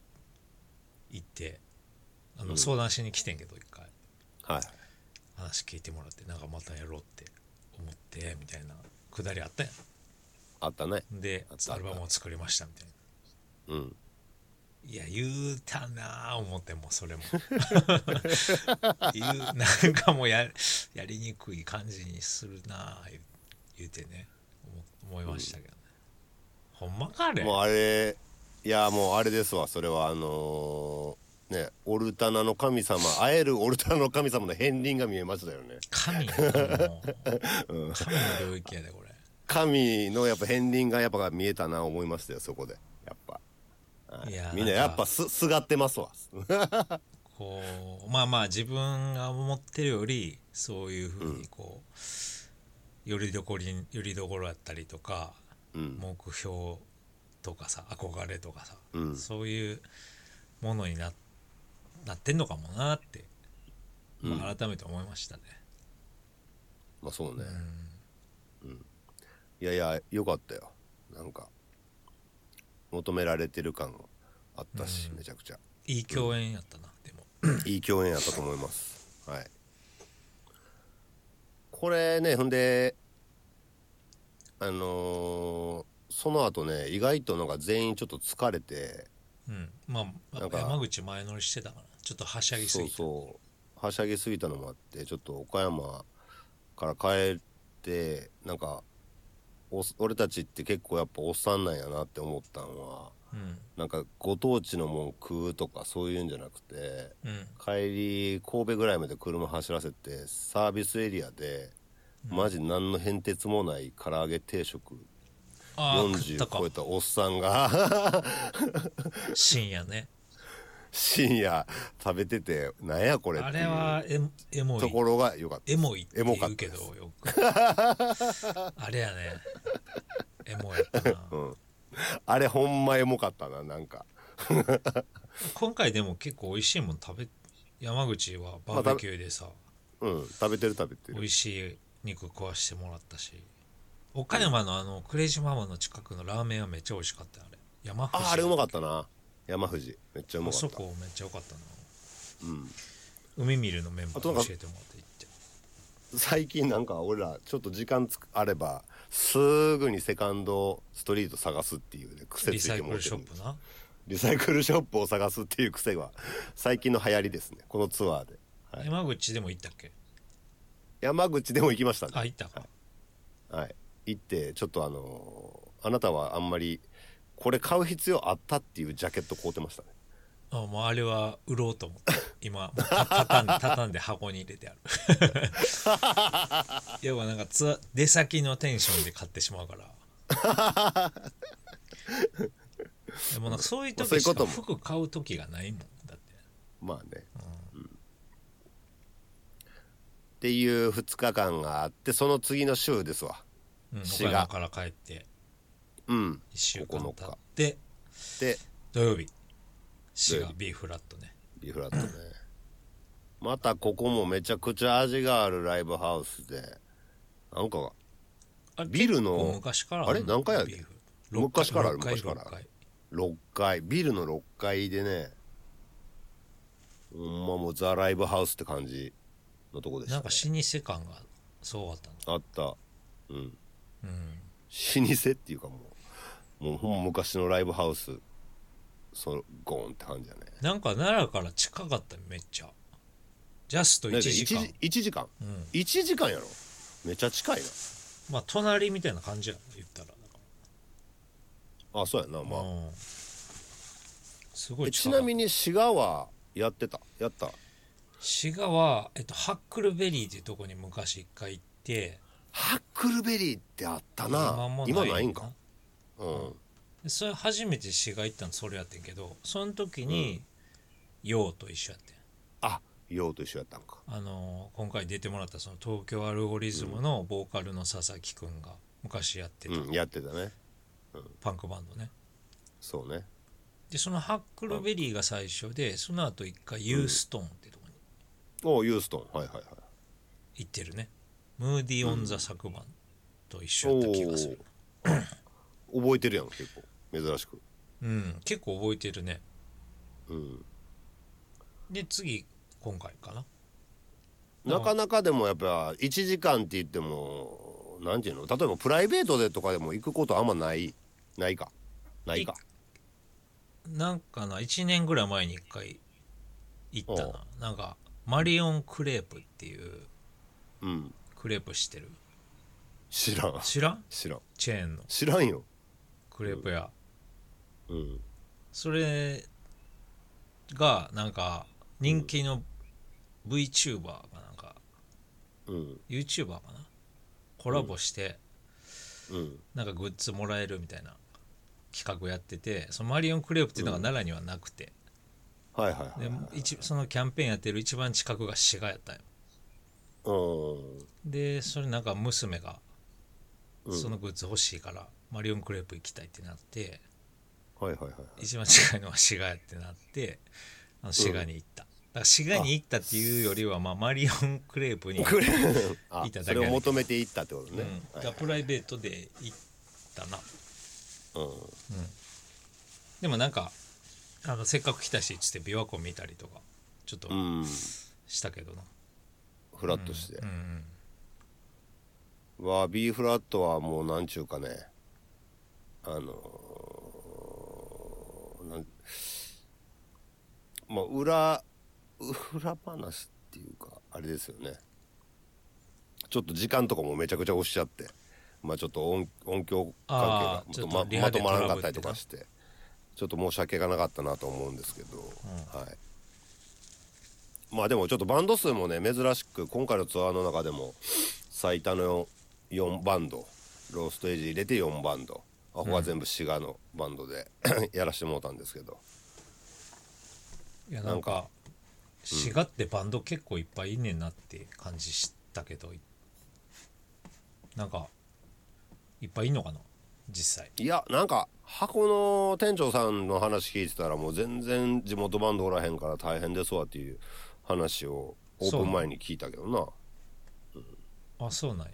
Speaker 2: 行ってあの相談しに来てんけど一回
Speaker 3: はい
Speaker 2: 話聞いてもらってなんかまたやろうって思ってみたいなくだりあったや
Speaker 3: あったね
Speaker 2: んで
Speaker 3: あった
Speaker 2: アルバムを作りましたみたいな
Speaker 3: うん
Speaker 2: いや言うたなあ思ってもうそれ
Speaker 3: (laughs)
Speaker 2: も言うなんかもうややりにくい感じにするなあ言う言うてね思思いましたけどね、ほんまかあれ
Speaker 3: もうあれいやもうあれですわそれはあのーねオルタナの神様会えるオルタナの神様の片鱗が見えましたよね
Speaker 2: 神 (laughs) やなもう神の領域やでこれ
Speaker 3: 神のやっぱ片鱗がやっぱ見えたな思いましたよそこでやっぱ、はい
Speaker 2: いやー
Speaker 3: みんな
Speaker 2: なんか
Speaker 3: やっぱすすがってますわ
Speaker 2: こうまあまあ自分が思ってるよりそういうふうにこう、よりどころによりどころやったりとか、
Speaker 3: うん
Speaker 2: 目標とかさ憧れとかさ、
Speaker 3: うん
Speaker 2: そういうものにななってんのかもなって、まあ、改めて思いましたね、
Speaker 3: まあそうねうんいやいやよかったよなんか求められてる感があったし、めちゃくちゃ
Speaker 2: いい共演やったな、でも
Speaker 3: いい共演やったと思います。はい。これね、ほんで、あのーその後ね、意外となんか全員ちょっと疲れて、
Speaker 2: うんまあ
Speaker 3: なんか
Speaker 2: 山口前乗りしてたからちょっとはしゃぎす
Speaker 3: そ
Speaker 2: ぎ
Speaker 3: う
Speaker 2: て
Speaker 3: そう、はしゃぎすぎたのもあって、ちょっと岡山から帰って、なんか、お俺たちって結構やっぱおっさんなんやなって思ったのは、
Speaker 2: うん
Speaker 3: なんかご当地のもん食うとかそういうんじゃなくて、
Speaker 2: うん
Speaker 3: 帰り神戸ぐらいまで車走らせてサービスエリアでマジ何の変哲もない唐揚げ定食、
Speaker 2: ああ食った
Speaker 3: 40
Speaker 2: か
Speaker 3: 超えたおっさんが (laughs)
Speaker 2: 深夜ね
Speaker 3: 深夜食べててなんやこれって
Speaker 2: あ
Speaker 3: い
Speaker 2: れ
Speaker 3: う
Speaker 2: はエモエモ
Speaker 3: とこ
Speaker 2: い
Speaker 3: ろが良かった
Speaker 2: エモいって言
Speaker 3: エモか
Speaker 2: う
Speaker 3: った
Speaker 2: け
Speaker 3: で
Speaker 2: ど
Speaker 3: す
Speaker 2: よくあれやねエモやったな、
Speaker 3: あれほんまエモかったななんか
Speaker 2: 今回でも結構美味しいもん食べ山口はバーベキューでさ、
Speaker 3: うん食べてる食べて
Speaker 2: 美
Speaker 3: る
Speaker 2: 味しい肉食わしてもらったし岡山のあのクレイジーママの近くのラーメンはめっちゃ美味しかったよあれ山
Speaker 3: ああれう
Speaker 2: 藤
Speaker 3: まかったな山藤めっちゃうま
Speaker 2: あ
Speaker 3: か
Speaker 2: そ
Speaker 3: った
Speaker 2: こめっちゃ良かったなうん海見るのメンバ
Speaker 3: あと
Speaker 2: ー
Speaker 3: なん
Speaker 2: に
Speaker 3: か
Speaker 2: 教えてもらって行って
Speaker 3: 最近なんか俺らちょっと時間つくあればすぐにセカンドストリート探すっていうね癖つ
Speaker 2: リ
Speaker 3: い
Speaker 2: サ
Speaker 3: て
Speaker 2: イク
Speaker 3: もらっ
Speaker 2: ル
Speaker 3: て
Speaker 2: シ
Speaker 3: る
Speaker 2: ョ
Speaker 3: んで
Speaker 2: ッ
Speaker 3: す
Speaker 2: プな
Speaker 3: リサイクルショップを探すっていう癖は最近の流行りですねこのツアーで、はい、
Speaker 2: 山口でも行ったっけ
Speaker 3: 山口でも行きましたね
Speaker 2: あ行ったか
Speaker 3: はい、行ってちょっとあのーあなたはあんまりこれ買う必要あったっていうジャケット買うてましたね
Speaker 2: あもうあれは売ろうと思って今もうた畳ん
Speaker 3: (laughs)
Speaker 2: で畳んで箱に入れてある (laughs) 要はなんかツア出先のテンションで買ってしまうから
Speaker 3: (laughs)
Speaker 2: でもなんかそういう
Speaker 3: まあ
Speaker 2: 時
Speaker 3: そういうこ
Speaker 2: し
Speaker 3: と
Speaker 2: か
Speaker 3: も
Speaker 2: 服買う時がないもんだって
Speaker 3: まあね、うんっていう2日間があってその次の週ですわ
Speaker 2: うん、
Speaker 3: 滋
Speaker 2: 岡
Speaker 3: 賀
Speaker 2: 山から帰って
Speaker 3: うん
Speaker 2: 1週間
Speaker 3: 9
Speaker 2: 経っ
Speaker 3: 日
Speaker 2: て
Speaker 3: で
Speaker 2: 土曜日滋
Speaker 3: 土曜
Speaker 2: 賀 B フラットね
Speaker 3: リフラットねまたここもめちゃくちゃ味があるライブハウスでなんか
Speaker 2: あれ
Speaker 3: ビルの
Speaker 2: 結構昔からる
Speaker 3: あれ何回やっけ
Speaker 2: B フラット
Speaker 3: 昔からある
Speaker 2: 六回
Speaker 3: 昔からある
Speaker 2: 六回
Speaker 3: 6階ビルの6階でねほんまもうザ・ライブハウスって感じのとこでした、
Speaker 2: な
Speaker 3: ね
Speaker 2: ん、か老舗感がすごかったの
Speaker 3: あったうん、老舗っていうかもうもうほんま昔のライブハウスそのゴーンって感じだね
Speaker 2: なんか奈良から近かっためっちゃジャスト1時間
Speaker 3: 1, 時間、1時間やろめちゃ近い
Speaker 2: まあ隣みたいな感じやな言ったら、
Speaker 3: なあそうやなまあ、
Speaker 2: うんすご
Speaker 3: え
Speaker 2: い
Speaker 3: ち
Speaker 2: 近か
Speaker 3: な
Speaker 2: った
Speaker 3: みに滋賀はやってたやった
Speaker 2: 滋賀は、えっと、ハックルベリーっていうとこに昔一回行って
Speaker 3: ハックルベリーってあったな
Speaker 2: も
Speaker 3: 今
Speaker 2: よ
Speaker 3: ないんかうん
Speaker 2: でそれ初めて滋賀行ったのそれやってんけどその時に陽、うと一緒やってん
Speaker 3: あようと一緒やったんか
Speaker 2: あのー今回出てもらったその東京アルゴリズムのボーカルの佐々木くんが昔やってた
Speaker 3: うんやってたね
Speaker 2: パンクバンドね
Speaker 3: そうね
Speaker 2: でそのハックルベリーが最初でその後一回ユーストーンってとこに
Speaker 3: おユーストンはいはいはい
Speaker 2: 行ってるねムーディ・オン・ザ・昨晩と一緒
Speaker 3: お
Speaker 2: やった気がする
Speaker 3: お覚えてるやん結構珍しく
Speaker 2: うん結構覚えてるね
Speaker 3: うん
Speaker 2: で次今回かな
Speaker 3: なかなかでもやっぱ1時間って言ってもなんていうの例えばプライベートでとかでも行くことあんまないないかないか
Speaker 2: なんかな1年ぐらい前に一回行ったななんかマリオンクレープっていう
Speaker 3: うん
Speaker 2: クレープ知ってる
Speaker 3: 知らん
Speaker 2: 知らん
Speaker 3: 知らん
Speaker 2: チェーンの
Speaker 3: 知らんよ
Speaker 2: クレープ屋、
Speaker 3: うん
Speaker 2: それがなんか人気の VTuber がなんか
Speaker 3: うん
Speaker 2: YouTuber かなコラボして
Speaker 3: うん
Speaker 2: なんかグッズもらえるみたいな企画やっててそのマリオンクレープっていうのが奈良にはなくて、
Speaker 3: はいはいはい
Speaker 2: で一そのキャンペーンやってる一番近くが滋賀やったんよ
Speaker 3: うん
Speaker 2: でそれなんか娘がそのグッズ欲しいから、マリオンクレープ行きたいってなって
Speaker 3: はいはいはい
Speaker 2: 一番近いのは滋賀やってなってあの滋賀に行った、だから滋賀に行ったっていうよりはまあマリオンクレープに、
Speaker 3: クレーン
Speaker 2: (laughs)
Speaker 3: あ
Speaker 2: いただけ
Speaker 3: それを求めていったってこと
Speaker 2: う
Speaker 3: ね
Speaker 2: ん、だ
Speaker 3: はい
Speaker 2: からプライベートで行ったな
Speaker 3: うん
Speaker 2: でもなんかあのせっかく来たしっつって琵琶湖見たりとかちょっと
Speaker 3: うん
Speaker 2: したけどな
Speaker 3: フラットして
Speaker 2: うん、うん
Speaker 3: わあ B フラットはもうなんちゅうかねあのーなんまあ裏裏話っていうかあれですよねちょっと時間とかもめちゃくちゃ押しちゃってまあちょっと音音響関係が
Speaker 2: あー
Speaker 3: ま
Speaker 2: ちょっと
Speaker 3: ま
Speaker 2: リ
Speaker 3: ま
Speaker 2: ハ
Speaker 3: と
Speaker 2: で
Speaker 3: まらなかっ
Speaker 2: ト
Speaker 3: た
Speaker 2: ラ
Speaker 3: り
Speaker 2: ブっ
Speaker 3: と
Speaker 2: てた
Speaker 3: かしてちょっと申し訳がなかったなと思うんですけど、はいまあでもちょっとバンド数もね珍しく今回のツアーの中でも最多の4バンドローストエイジ入れて4バンドあ他は全部滋賀のバンドで (coughs) やらしてもうたんですけど
Speaker 2: いやなんか滋賀ってバンド結構いっぱいいんねんなって感じしたけどなんかいっぱいいんのかな実際
Speaker 3: いやなんか箱の店長さんの話聞いてたらもう全然地元バンドおらへんから大変ですわっていう話をオープン前に聞いたけどな
Speaker 2: あそうなんや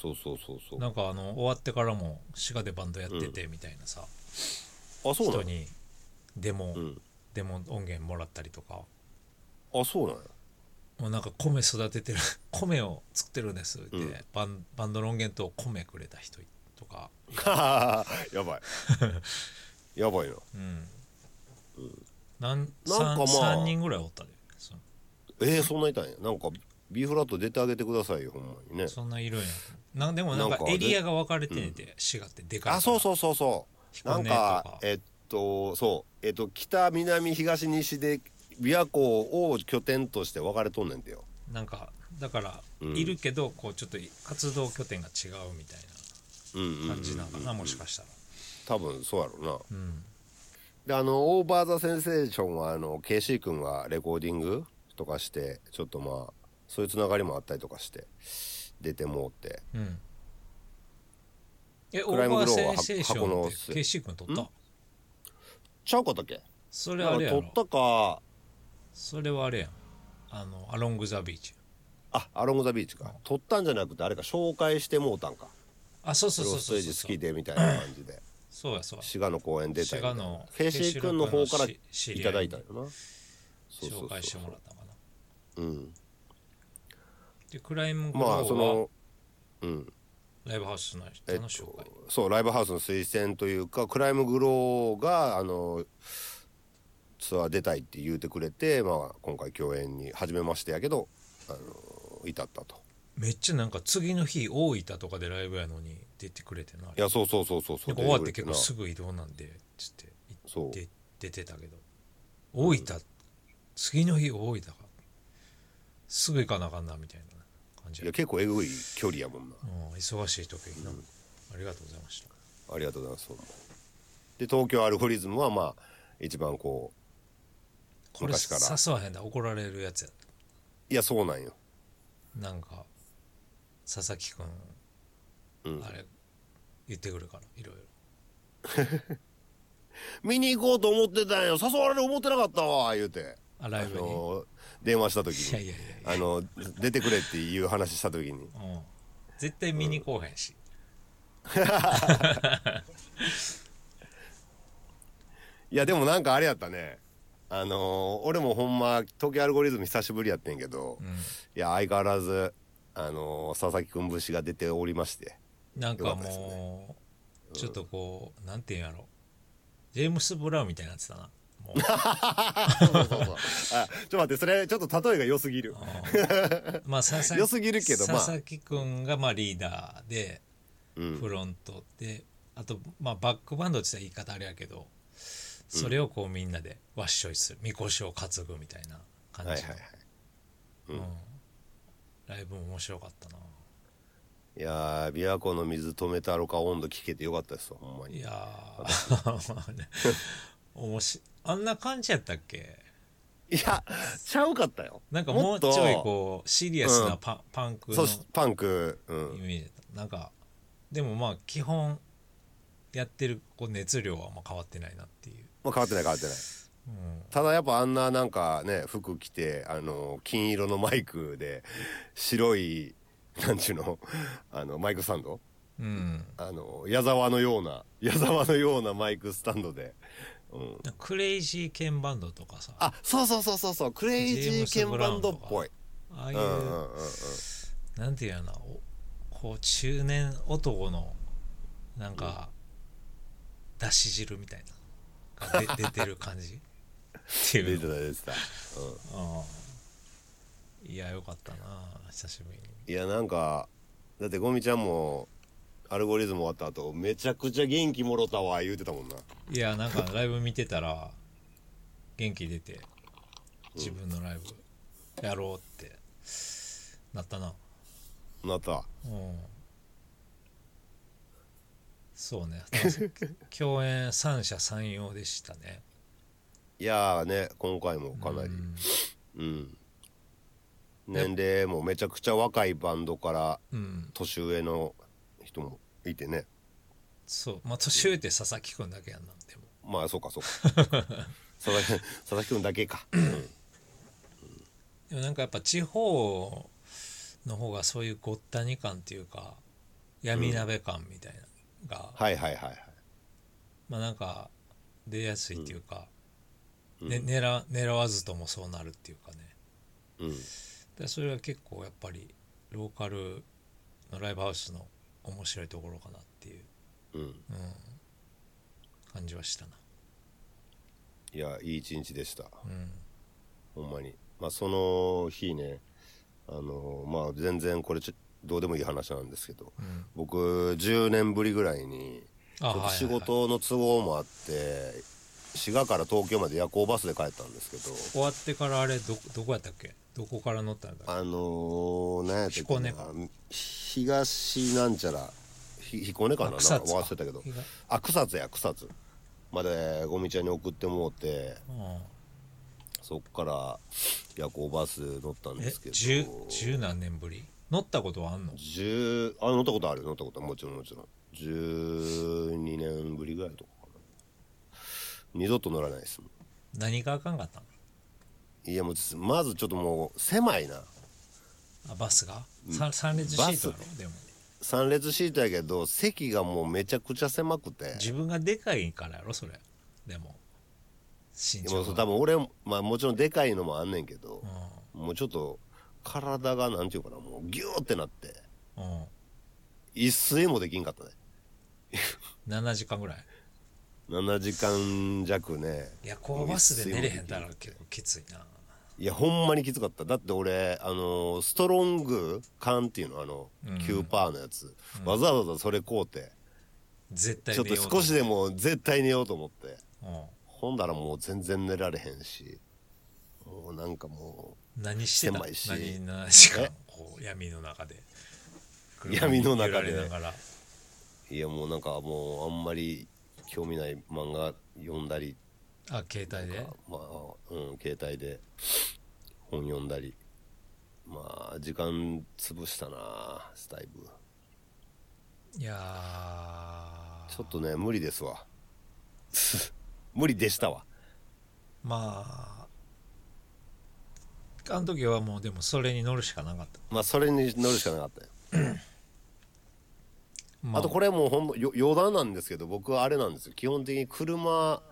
Speaker 3: そうそうそうそう
Speaker 2: なんかあの終わってからも滋賀でバンドやっててみたいなさ、
Speaker 3: あそう
Speaker 2: 人
Speaker 3: なの
Speaker 2: にデモ、
Speaker 3: ん
Speaker 2: デモ音源もらったりとか
Speaker 3: あそうなんや
Speaker 2: もうなんか米育ててる (laughs) 米を作ってるんですって、
Speaker 3: うん
Speaker 2: バンバンドの音源と米くれた人とか、
Speaker 3: はは (laughs) やばい (laughs) やばいな
Speaker 2: うんなん
Speaker 3: なんかまあ
Speaker 2: 3, 人ぐらいおったでそ
Speaker 3: えー、そんないたんやなんか B フラット出てあげてくださいよほんまにね
Speaker 2: そんないるんやなんでもなん
Speaker 3: な
Speaker 2: か
Speaker 3: んかね
Speaker 2: エリアが分かれてんねんて、滋賀ってでかいから
Speaker 3: あそうそうそうそう
Speaker 2: 彦
Speaker 3: な
Speaker 2: 根
Speaker 3: ん
Speaker 2: とか
Speaker 3: かえっとそうえっと北南東西で琵琶湖を拠点として分かれとんねんてよ
Speaker 2: なんかだから、
Speaker 3: うん
Speaker 2: いるけどこうちょっと活動拠点が違うみたい
Speaker 3: うんうんうんうん
Speaker 2: な感じなのかな、もしかしたら
Speaker 3: 多分そうやろうな
Speaker 2: うん
Speaker 3: であのオーバー・ザ・センセーションはあの KC 君がレコーディングとかしてちょっとまあそういうつながりもあったりとかして出てもうって
Speaker 2: うんえオ
Speaker 3: クラ
Speaker 2: ー
Speaker 3: イム
Speaker 2: バ
Speaker 3: グ
Speaker 2: ー
Speaker 3: ロー
Speaker 2: セ
Speaker 3: は
Speaker 2: ンセーショ
Speaker 3: 箱
Speaker 2: ン
Speaker 3: の
Speaker 2: って KC 君取った
Speaker 3: ちゃうかったっけ
Speaker 2: それ
Speaker 3: な
Speaker 2: あ
Speaker 3: ん
Speaker 2: れ
Speaker 3: か
Speaker 2: や
Speaker 3: 撮
Speaker 2: ろ
Speaker 3: ったか
Speaker 2: それはあれやんあのアロング・ザ・ビーチ
Speaker 3: あアロング・ザ・ビーチか撮ったんじゃなくてあれか紹介してもうたんか
Speaker 2: あそうそ
Speaker 3: ロ
Speaker 2: うそう
Speaker 3: ス
Speaker 2: そ
Speaker 3: ト
Speaker 2: う
Speaker 3: エイ
Speaker 2: そう
Speaker 3: ジ好
Speaker 2: そ
Speaker 3: き
Speaker 2: う
Speaker 3: でみたいな感じで
Speaker 2: そうやそうや
Speaker 3: 滋賀の公園出た
Speaker 2: 滋
Speaker 3: り
Speaker 2: 賀の
Speaker 3: KC 君の方から
Speaker 2: ケイシー
Speaker 3: い
Speaker 2: 君
Speaker 3: た
Speaker 2: の
Speaker 3: だ
Speaker 2: 知り
Speaker 3: いた
Speaker 2: 合
Speaker 3: んよなそうそう
Speaker 2: 紹介し
Speaker 3: そ
Speaker 2: てもらったかな
Speaker 3: ううん
Speaker 2: でクライム・グロ
Speaker 3: まあそ
Speaker 2: ーは
Speaker 3: のうん
Speaker 2: ライブハウスの人
Speaker 3: えっ
Speaker 2: の
Speaker 3: と
Speaker 2: 紹介、
Speaker 3: そうライブハウスの推薦というかクライムグローがあのツアー出たいって言うてくれて、まあ、今回共演に初めましてやけどあの至ったと
Speaker 2: めっちゃなんか次の日大分とかでライブやのに出てくれてない
Speaker 3: やそうそうそうそうそ
Speaker 2: な
Speaker 3: うん
Speaker 2: か終わって
Speaker 3: 出
Speaker 2: 結
Speaker 3: くれ
Speaker 2: 構
Speaker 3: な
Speaker 2: すぐ移動なんでつって
Speaker 3: そう
Speaker 2: 出出てたけど大分、次の日大分かすぐ行かなあかんなみたいな感じ
Speaker 3: い
Speaker 2: や
Speaker 3: や結構えぐい距離やもんな
Speaker 2: うん忙しい時にな、ありがとうございました
Speaker 3: ありがとうございますほんまで東京アルゴリズムはまあ一番こう
Speaker 2: これ
Speaker 3: 昔から
Speaker 2: 誘わへんだ怒られるやつや
Speaker 3: いやそうなんよ
Speaker 2: なんか佐々木くん、あれ言ってくるからいろいろ
Speaker 3: 見に行こうと思ってたんよ誘われる思ってなかったわ言うて
Speaker 2: あライブに
Speaker 3: あの電話した時に
Speaker 2: いやいやい
Speaker 3: あの出てくれっていう話した時に
Speaker 2: やいや、うん、絶対見に来へんし、
Speaker 3: いやでもなんかあれやったねあのー俺もほんま東京アルゴリズム久しぶりやってんけど、いや相変わらずあのー佐々木くん節が出ておりまして
Speaker 2: なん
Speaker 3: よ
Speaker 2: か
Speaker 3: かったです
Speaker 2: もう、ちょっとこう、なんていうんやろ。ジェームス・ブラウンみたいになってたな。も
Speaker 3: (laughs) そうそうそうそう (laughs) あちょっと待ってそれちょっと例えが良すぎる
Speaker 2: うまあ、佐々木
Speaker 3: (laughs) 良すぎるけどまあ
Speaker 2: 佐々木くんがまあリーダーで、
Speaker 3: うん
Speaker 2: フロントで、あと、まあ、バックバンドって言ったら言い方あれやけど、それをこうみんなでわっしょいする、みこしを担ぐみたいな感
Speaker 3: はいはい
Speaker 2: じ
Speaker 3: は
Speaker 2: の
Speaker 3: い
Speaker 2: ライブも面白かったな。
Speaker 3: いやー琵琶湖の水止めたろか温度聞けてよかったですわほんま
Speaker 2: い
Speaker 3: に
Speaker 2: や (laughs) ー、まあね、おもし、あんな感じやったっけ
Speaker 3: いやちゃうかったよ
Speaker 2: なんかもうちょいこうシリアスなパ,、パンクの
Speaker 3: そう
Speaker 2: イ
Speaker 3: しパンクうん
Speaker 2: メージだったなんかでもまあ基本やってるこう熱量はあんま変わってないなっていう、
Speaker 3: まあ、変わってない変わってない
Speaker 2: うん、
Speaker 3: ただやっぱあんななんかね服着てあの金色のマイクで白いなんちゅうのあのマイクスタンド
Speaker 2: うん、
Speaker 3: あの矢沢のような矢沢のようなマイクスタンドで、うん、
Speaker 2: なんかクレイジーケンバンドとかさあ
Speaker 3: あそうそうそうそうそうクレイジーケンバンドっぽい
Speaker 2: あいうう、
Speaker 3: んうんうんうん
Speaker 2: なんていうやろなおこう中年男のなんか、だし汁みたいな
Speaker 3: (laughs)
Speaker 2: がで出てる感じってい
Speaker 3: 出
Speaker 2: う
Speaker 3: て
Speaker 2: の
Speaker 3: た出てた、うん、
Speaker 2: いやよかったな久しぶりに
Speaker 3: いやなんかだってゴミちゃんもアルゴリズム終わった後めちゃくちゃ元気もろたわ言うてたもんない
Speaker 2: やなんかライブ見てたら元気出て自分のライブやろうってなったな
Speaker 3: なった
Speaker 2: うんそうね楽
Speaker 3: (laughs)
Speaker 2: し共演三者三様でしたね
Speaker 3: いやーね今回もかなりうん、年齢もめちゃくちゃ若いバンドから
Speaker 2: うん
Speaker 3: 年上の人もいてね
Speaker 2: そうまあ年上って佐々木くんだけやんなんでも
Speaker 3: まあそうかそ
Speaker 2: (laughs)
Speaker 3: うか佐々木佐々木君だけか、うん
Speaker 2: でもなんかやっぱ地方の方がそういうごったに感っていうか闇鍋感みたいなのが、
Speaker 3: はいはいはいはい
Speaker 2: まあなんか出やすいっていうか、ね狙狙わずともそうなるっていうかね
Speaker 3: うん
Speaker 2: でそれは結構やっぱりローカルのライブハウスの面白いところかなっていう
Speaker 3: うん
Speaker 2: 感じはしたない
Speaker 3: やいい一日でした
Speaker 2: うん
Speaker 3: ほんまにまあその日ねあのまあ全然これちょどうでもいい話なんですけど、
Speaker 2: ん
Speaker 3: 僕10年ぶりぐらいにち
Speaker 2: あ
Speaker 3: ょっと仕
Speaker 2: はいはいはい
Speaker 3: 事の都合もあって、滋賀から東京まで夜行バスで帰ったんですけど
Speaker 2: 終わってからあれどどこやったっけどこから乗ったんだっ
Speaker 3: あのー、何やったっ
Speaker 2: 彦根
Speaker 3: け
Speaker 2: か
Speaker 3: な東なんちゃらひ彦根かな
Speaker 2: あ
Speaker 3: なんか
Speaker 2: 草津か
Speaker 3: 忘れたけど
Speaker 2: け東
Speaker 3: あ草津や草津までゴミちゃんに送ってもうて
Speaker 2: うん
Speaker 3: そっから夜行バス乗ったん
Speaker 2: え
Speaker 3: ですけど
Speaker 2: 十十何年ぶり乗ったことはあんの
Speaker 3: 10あ乗ったことあるよ乗ったことはもちろんもちろん12年ぶりぐらいとかかな二度と乗らないですもん
Speaker 2: 何があかんかったの
Speaker 3: いやもうつまずちょっともう狭いな
Speaker 2: あバスが三三列シートだ
Speaker 3: バ
Speaker 2: ろでも
Speaker 3: 3列シートやけど席がもうめちゃくちゃ狭くて
Speaker 2: 自分がでかいからやろそれでも身
Speaker 3: でも
Speaker 2: 長
Speaker 3: そう
Speaker 2: が
Speaker 3: 多分俺もまあもちろんでかいのもあんねんけど、もうちょっと体がなんていうかなもうギューってなって
Speaker 2: うん
Speaker 3: 一睡もできんかったね
Speaker 2: 7時間ぐらい
Speaker 3: 7時間弱ね
Speaker 2: 夜行バスで寝れへんだら結構きついない
Speaker 3: やほんまにきつかっただって俺あのストロング缶っていうのあの9%のやつ、わざわざそれ買うて、
Speaker 2: 絶対
Speaker 3: ちょっ
Speaker 2: 寝
Speaker 3: と
Speaker 2: よう
Speaker 3: 少しでも絶対寝ようと思って
Speaker 2: うん
Speaker 3: ほんだらもう全然寝られへんしもうなんかも
Speaker 2: 何してた
Speaker 3: 狭いし
Speaker 2: 何何時間
Speaker 3: え
Speaker 2: こう闇の中で
Speaker 3: 闇の中
Speaker 2: 車
Speaker 3: で
Speaker 2: に揺られながら
Speaker 3: ういやもうなんかもうあんまり興味ない漫画読んだり
Speaker 2: あ携帯で
Speaker 3: まあ、うん、携帯で本読んだり。まあ、時間潰したな、だいぶ。
Speaker 2: いやー
Speaker 3: ちょっとね、無理ですわ。 (laughs) 無理でしたわ。
Speaker 2: まああの時はもうでもそれに乗るしかなかった、
Speaker 3: まあ、それに乗るしかなかったよ。
Speaker 2: ま
Speaker 3: あと、これもうほんま、よ余談なんですけど、僕はあれなんですよ。基本的に車、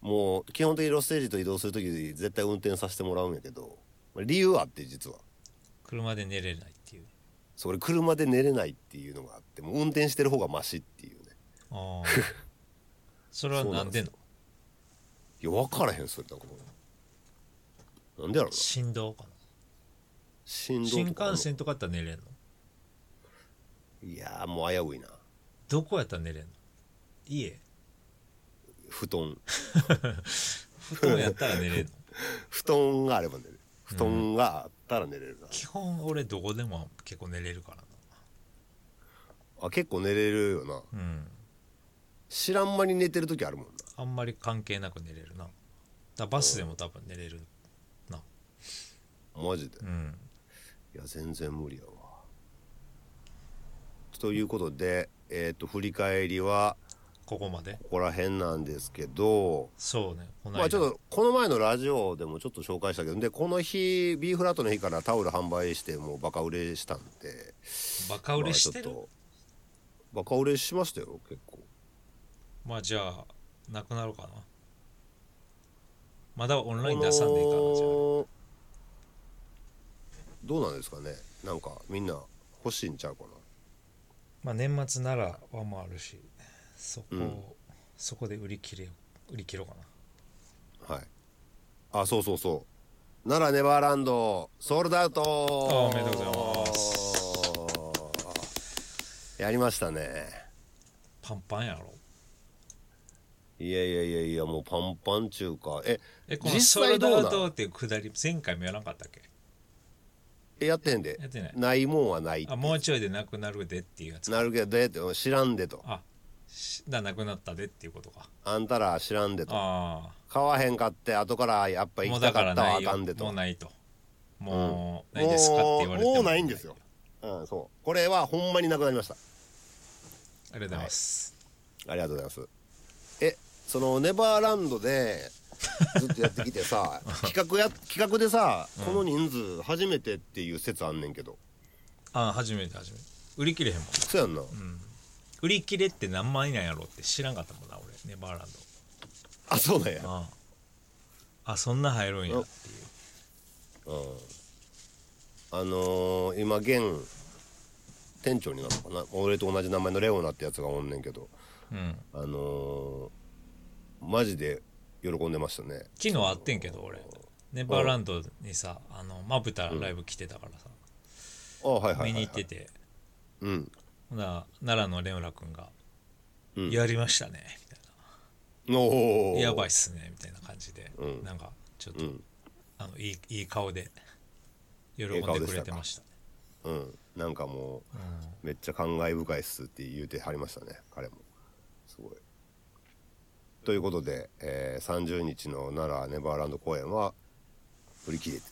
Speaker 3: もう、基本的にロステージと移動するとき、絶対運転させてもらうんやけど、理由はあって、実は。
Speaker 2: 車で寝れないっていう
Speaker 3: それ、車で寝れないっていうのがあって、もう運転してる方がマシっていうね。
Speaker 2: あー (laughs) それはなんでの
Speaker 3: そういや、分からへん、それ、なんかもう。なんでやろうな。
Speaker 2: 振動かな
Speaker 3: 振動
Speaker 2: 新
Speaker 3: とかあんの
Speaker 2: 幹線とかやったら寝れんの
Speaker 3: いやーもう危ういな
Speaker 2: どこやったら寝れんの家
Speaker 3: 布団 (laughs)
Speaker 2: 布団やったら寝れんの
Speaker 3: 布団があれば寝れる布団があったら寝れるな、
Speaker 2: 基本俺どこでも結構寝れるから
Speaker 3: あ結構寝れるよな
Speaker 2: なうん
Speaker 3: 知らん間に寝てる時あるもんな
Speaker 2: あんまり関係なく寝れるなだからバスでも多分寝れるな
Speaker 3: マジで、
Speaker 2: う
Speaker 3: い
Speaker 2: ん
Speaker 3: や全然無理やわということでえっ、と振り返りは
Speaker 2: ここまで
Speaker 3: ここら辺なんですけど
Speaker 2: そうねこの間、
Speaker 3: まあちょっとこの前のラジオでもちょっと紹介したけどでこの日 B フラットの日からタオル販売してもうバカ売れしたんで
Speaker 2: バカ売れして
Speaker 3: まあ
Speaker 2: る
Speaker 3: ちょっとバカ売れしましたよ結構
Speaker 2: まあじゃあなくなるかなまだオンライン出さんでいいかなじゃあ
Speaker 3: どうなんですかねなんかみんな欲しいんちゃうか
Speaker 2: まあ年末ならはもあるしそこを、そこで売り切れよ売り切ろうかな
Speaker 3: なはいあそうそうそう奈良ネバーランドソールドアウト
Speaker 2: おめでとうござい
Speaker 3: ますやりましたね
Speaker 2: パンパンやろ
Speaker 3: いやいやいやいやもうパンパンちゅうかえ
Speaker 2: えこのソ
Speaker 3: 実
Speaker 2: ール
Speaker 3: 際ど
Speaker 2: ドア
Speaker 3: う
Speaker 2: ウ
Speaker 3: な
Speaker 2: ト
Speaker 3: ん
Speaker 2: っていうくだり前回もやらんかったっけ
Speaker 3: えやってへんで
Speaker 2: やってない
Speaker 3: ないもんはない
Speaker 2: あもうちょいでなくなるでっていうやつ
Speaker 3: なるけどでって知らんでと
Speaker 2: あしだなくなったでっていうことか
Speaker 3: あんたら知らんでと
Speaker 2: あ
Speaker 3: 買わへんかって後からやっぱ
Speaker 2: あ
Speaker 3: 行
Speaker 2: もう
Speaker 3: き
Speaker 2: だ
Speaker 3: た
Speaker 2: か
Speaker 3: からったわ
Speaker 2: な
Speaker 3: あ
Speaker 2: い
Speaker 3: か
Speaker 2: よ
Speaker 3: んでと
Speaker 2: もうないともうないですかって言われても
Speaker 3: もうないんですようん、そう。これはほんまになくなりました。
Speaker 2: ありがとうございます、
Speaker 3: ありがとうございます。え、そのネバーランドでずっとやってき
Speaker 2: (laughs)
Speaker 3: てさ、企画や企画でさ、この人数初めてっていう説あんねんけど。
Speaker 2: ああ初めて初めて売り切れへんもん
Speaker 3: そうやんな。
Speaker 2: 売り切れって何万円なんやろって知らんかったもんな俺ネバーランド
Speaker 3: あ、そうなんや。
Speaker 2: ああそんな入るんやっていう
Speaker 3: あのー、今現店長になるのかな俺と同じ名前のレオナってやつがおんねんけど
Speaker 2: うん
Speaker 3: あのー、マジで喜んでましたね
Speaker 2: 昨日あってんけど俺ネバーランドにさあのまぶたライブ来てたからさ、
Speaker 3: あはいはいはい、はい、
Speaker 2: 見に行ってて
Speaker 3: うん
Speaker 2: ほな奈良のレオラ君が「
Speaker 3: うん
Speaker 2: やりましたね」みたい
Speaker 3: お
Speaker 2: な「
Speaker 3: ー
Speaker 2: やばいっすね」みたいな感じで、
Speaker 3: うん
Speaker 2: なんかちょっと、
Speaker 3: うん
Speaker 2: あのいいいい顔で喜んでくれてました
Speaker 3: うんなんかもう
Speaker 2: うん
Speaker 3: めっちゃ感慨深いっすって言うてはりましたね彼もすごいということで、えー、30日の奈良ネバーランド公演は売り切れて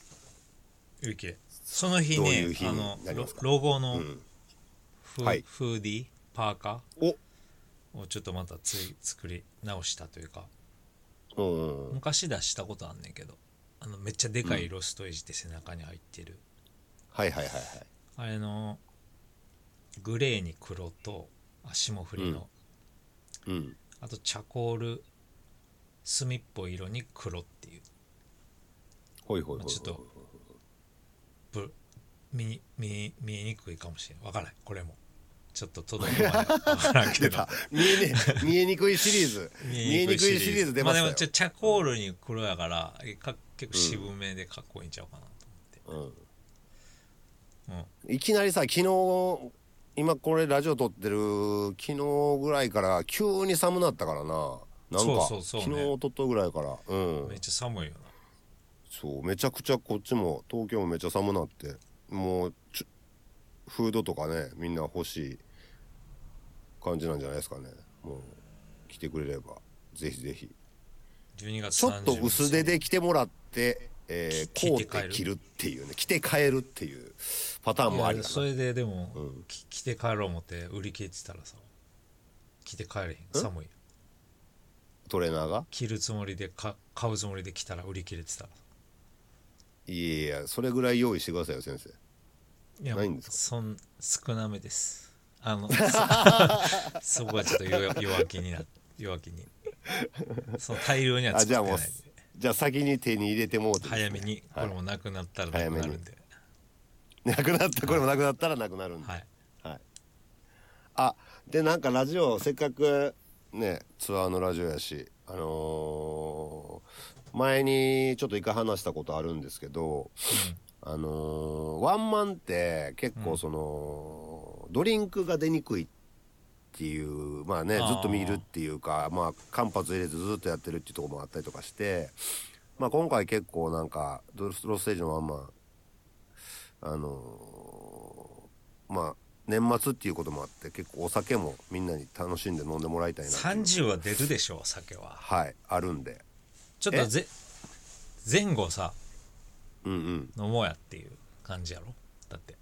Speaker 2: ウイケその日
Speaker 3: どう
Speaker 2: ね
Speaker 3: いう日
Speaker 2: あ
Speaker 3: に
Speaker 2: の
Speaker 3: なりますか
Speaker 2: ロロゴの
Speaker 3: ん
Speaker 2: フ,、
Speaker 3: はい
Speaker 2: フーディーパーカ
Speaker 3: お
Speaker 2: ーをちょっとまたつい作り直したというか
Speaker 3: うんうん
Speaker 2: 昔出したことあんねんけどあのめっちゃでかいロストエイジって背中に入ってる、
Speaker 3: はいはいはいはい
Speaker 2: あれのグレーに黒とあ霜降りの、
Speaker 3: うんうん
Speaker 2: あとチャコール墨っぽい色に黒っていう
Speaker 3: ほいほいほいほい
Speaker 2: ちょっとぶ見に見え見えにくいかもしれんわからないこれもちょっと届くまでわからんけ
Speaker 3: 出 (laughs)
Speaker 2: ど
Speaker 3: た見え,、ね、見えにくいシリー
Speaker 2: (laughs)
Speaker 3: ズ見えにくいシリーズ出まし
Speaker 2: あ
Speaker 3: たよ
Speaker 2: でもちょチャコールに黒やからえか結構渋めでかっこいいんちゃうかなと思って、
Speaker 3: いきなりさ昨日今これラジオ撮ってる昨日ぐらいから急に寒なったからななんか
Speaker 2: そうそうそう
Speaker 3: 昨
Speaker 2: ね
Speaker 3: 日おとといぐらいからうん
Speaker 2: めっちゃ寒いよな
Speaker 3: そうめちゃくちゃこっちも東京もめちゃ寒なってもうちょフードとかねみんな欲しい感じなんじゃないですかねもう来てくれればぜひぜひ
Speaker 2: 12月
Speaker 3: ちょっと薄手
Speaker 2: で
Speaker 3: で来てもらって、えー、
Speaker 2: き
Speaker 3: コ
Speaker 2: 着て帰
Speaker 3: ー
Speaker 2: る
Speaker 3: テ着るっていうね着て帰るっていうパターンもありだ
Speaker 2: そ
Speaker 3: な
Speaker 2: れででも、き着て帰ろう思って売り切れてたらさ着て帰れへん寒い
Speaker 3: トレーナーが
Speaker 2: 着るつもりでか買うつもりで来たら売り切れてたら
Speaker 3: いやいやそれぐらい用意してくださいよ先生
Speaker 2: いや
Speaker 3: ないんですか
Speaker 2: そん少なめですあ
Speaker 3: (laughs)
Speaker 2: のそそこはちょっと弱弱気にな弱気にその大量には
Speaker 3: あ
Speaker 2: 作っ
Speaker 3: じ
Speaker 2: て
Speaker 3: ゃあ
Speaker 2: ない
Speaker 3: もうじゃあ先に手に入れてもうてですね
Speaker 2: 早めにこれもなくなったらな
Speaker 3: 早
Speaker 2: く
Speaker 3: め
Speaker 2: な
Speaker 3: に
Speaker 2: るんで
Speaker 3: なくなったこれもなくなったらなくなるんで、
Speaker 2: はい
Speaker 3: はい、あでなんかラジオせっかくねツアーのラジオやしあのー前にちょっと一回話したことあるんですけど、あのーワンマンって結構その、ドリンクが出にくいっていうまあねず
Speaker 2: あー
Speaker 3: っと見るっていうかまあ間髪入れずずっとやってるっていうところもあったりとかして、まあ、今回結構なんかドロスロステージのワンマンあのーまあ年末っていうこともあって結構お酒もみんなに楽しんで飲んでもらいたいなっていう
Speaker 2: 30は出るでしょう酒は
Speaker 3: はいあるんで
Speaker 2: ちょっとぜ前後さ
Speaker 3: うんうん
Speaker 2: 飲もうやっていう感じやろだって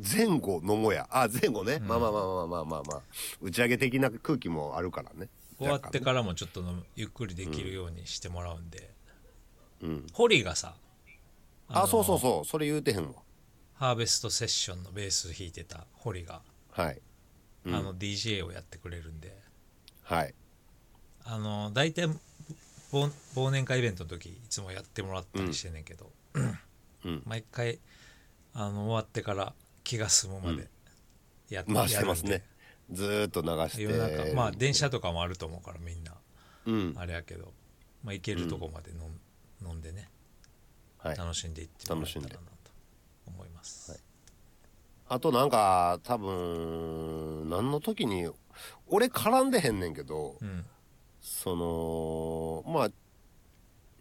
Speaker 3: 前後飲もうやあ前後ね、まあまあまあまあまあまあまあ打ち上げ的な空気もあるからね
Speaker 2: 終わって
Speaker 3: ら
Speaker 2: からもちょっと飲むゆっくりできるようにしてもらうんで、ホリーがさ
Speaker 3: あそうそうそうそれ言うてへんわ
Speaker 2: ハーベストセッションのベース弾いてたホリが、
Speaker 3: はい
Speaker 2: あの DJ をやってくれるんで
Speaker 3: はい
Speaker 2: あの大体忘忘年会イベントの時いつもやってもらったりしてんねんけど、
Speaker 3: うん
Speaker 2: 毎回あの終わってから気が済むまでやっ
Speaker 3: 回してま
Speaker 2: や
Speaker 3: す
Speaker 2: るん
Speaker 3: ね
Speaker 2: で
Speaker 3: ずーっと流して
Speaker 2: 夜中まあ電車とかもあると思うからみんな
Speaker 3: うん
Speaker 2: あれやけど、まあ、行けるとこまで飲,、ん、飲んでね
Speaker 3: はい
Speaker 2: 楽しんでいってもらえたらなと思います、
Speaker 3: あとなんか多分何の時に俺絡んでへんねんけど、
Speaker 2: ん
Speaker 3: そのまあ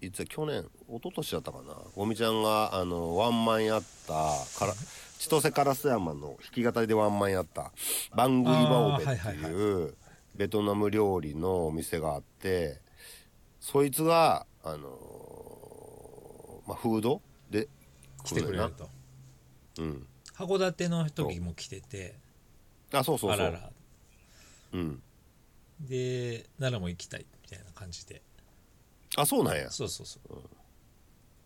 Speaker 3: いつや去年一昨年だったかなゴミちゃんがあのワンマンやったから千歳烏山の弾き語りでワンマンやったバングイバオベって
Speaker 2: あーはい
Speaker 3: いうベトナム料理のお店があってそいつがあのまあフードで
Speaker 2: 来てくれ
Speaker 3: な
Speaker 2: ると
Speaker 3: うん
Speaker 2: 函館の時も来てて
Speaker 3: あそうそうそ
Speaker 2: あ
Speaker 3: う
Speaker 2: らら
Speaker 3: うん
Speaker 2: で奈良も行きたいみたいな感じで
Speaker 3: あそうなんや
Speaker 2: そうそうそう、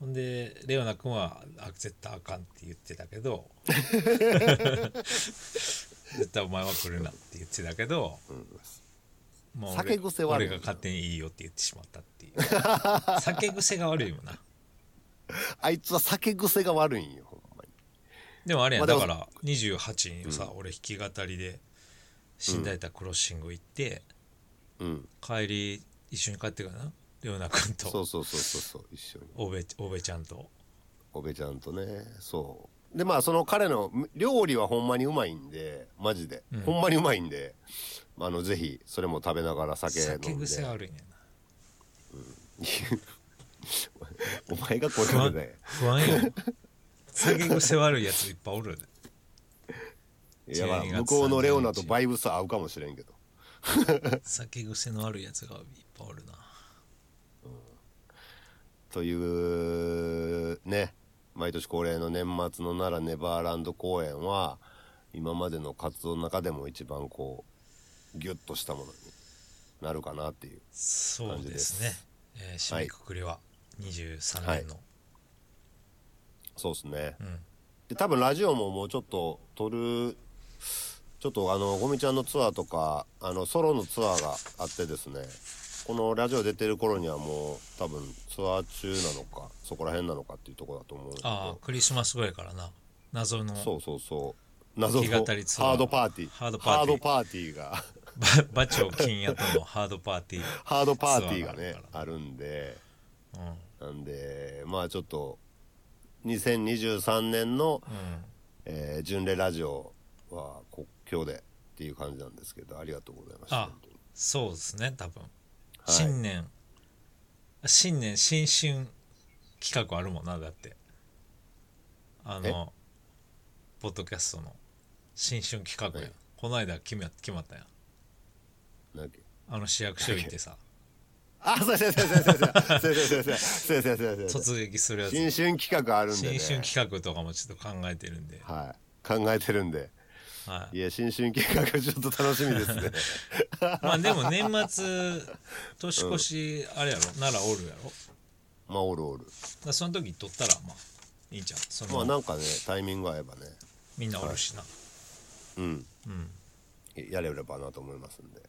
Speaker 2: ほんでレオナ君はあ絶対あかんって言ってたけ
Speaker 3: (laughs)
Speaker 2: ど絶対お前は来るなって言ってたけど、もう俺
Speaker 3: 酒癖悪い
Speaker 2: 俺が勝手にいいよって言ってしまったっていう酒癖が悪いよな
Speaker 3: あいつは酒癖が悪いんよほんまに
Speaker 2: でもあれやん
Speaker 3: まあ
Speaker 2: だ
Speaker 3: で
Speaker 2: か
Speaker 3: も
Speaker 2: ら28にさ、俺弾き語りで新大田クロッシング行って、
Speaker 3: うん
Speaker 2: 帰り一緒に帰ってからなレオナ君
Speaker 3: そ
Speaker 2: と
Speaker 3: うそうそうそうそう一緒に
Speaker 2: おべおべちゃんと
Speaker 3: おべちゃんとねそうでまあその彼の料理はほんまにうまいんでマジで、ほんまにうまいんであのぜひそれも食べながら酒
Speaker 2: 酒
Speaker 3: 飲んで
Speaker 2: 癖悪いねんな
Speaker 3: お前がこ
Speaker 2: 不
Speaker 3: れ
Speaker 2: 安
Speaker 3: で (laughs) ね
Speaker 2: 不安よ酒癖悪いやついっぱいおるで
Speaker 3: いやまあ
Speaker 2: 12月
Speaker 3: 向こうのレオナとバイブス合うかもしれんけど
Speaker 2: 酒癖の悪いやつがいっぱいおるな
Speaker 3: というね毎年恒例の年末の奈良ネバーランド公演は今までの活動の中でも一番こうギュッとしたものになるかなっていう
Speaker 2: そうですねえー締めくくりは23年の、
Speaker 3: そうですね、
Speaker 2: ん
Speaker 3: で多分ラジオももうちょっと撮るちょっとあのゴミちゃんのツアーとかあのソロのツアーがあってですねこのラジオ出てる頃にはもう多分ツアー中なのかそこら辺なのかっていうところだと思うんですけ
Speaker 2: あ
Speaker 3: ど
Speaker 2: あクリスマスぐらいからな謎の
Speaker 3: そうそうそう謎のハ
Speaker 2: 弾き語りツアー
Speaker 3: ードパーティー
Speaker 2: ハードパーティー
Speaker 3: パーティーが (laughs)
Speaker 2: バ (laughs) バチョ金屋とのハードパーティー
Speaker 3: ハードパーティーがね
Speaker 2: ツアーがあるか
Speaker 3: あるんで
Speaker 2: うんうん
Speaker 3: なんでまあちょっと2023年の、えー巡礼ラジオは国境でっていう感じなんですけどありがとうございました
Speaker 2: あ
Speaker 3: 本当に
Speaker 2: そうですね多分、新年新年新春企画あるもんなだってあのポッドキャストの新春企画や、
Speaker 3: はい
Speaker 2: この間決め決まったやん
Speaker 3: なんだっけ (laughs)
Speaker 2: あの市役所行ってさ
Speaker 3: あそうそうそうそうそうそうそうそうそうそうそうそう
Speaker 2: 突撃するやつ
Speaker 3: 新春企画あるんでね
Speaker 2: 新春企画とかもちょっと考えてるんで、
Speaker 3: はい考えてるんで
Speaker 2: はい
Speaker 3: いや新春企画ちょっと楽しみで
Speaker 2: (laughs)
Speaker 3: すね
Speaker 2: まあでも年末年越しあれやろ、奈良おるやろだか
Speaker 3: まあおるおる
Speaker 2: らその時撮ったらまあいいんじゃんそ
Speaker 3: ま
Speaker 2: の、
Speaker 3: あなんかねタイミング合えばね
Speaker 2: みんなおるしな、
Speaker 3: うん、やれればなと思いますんで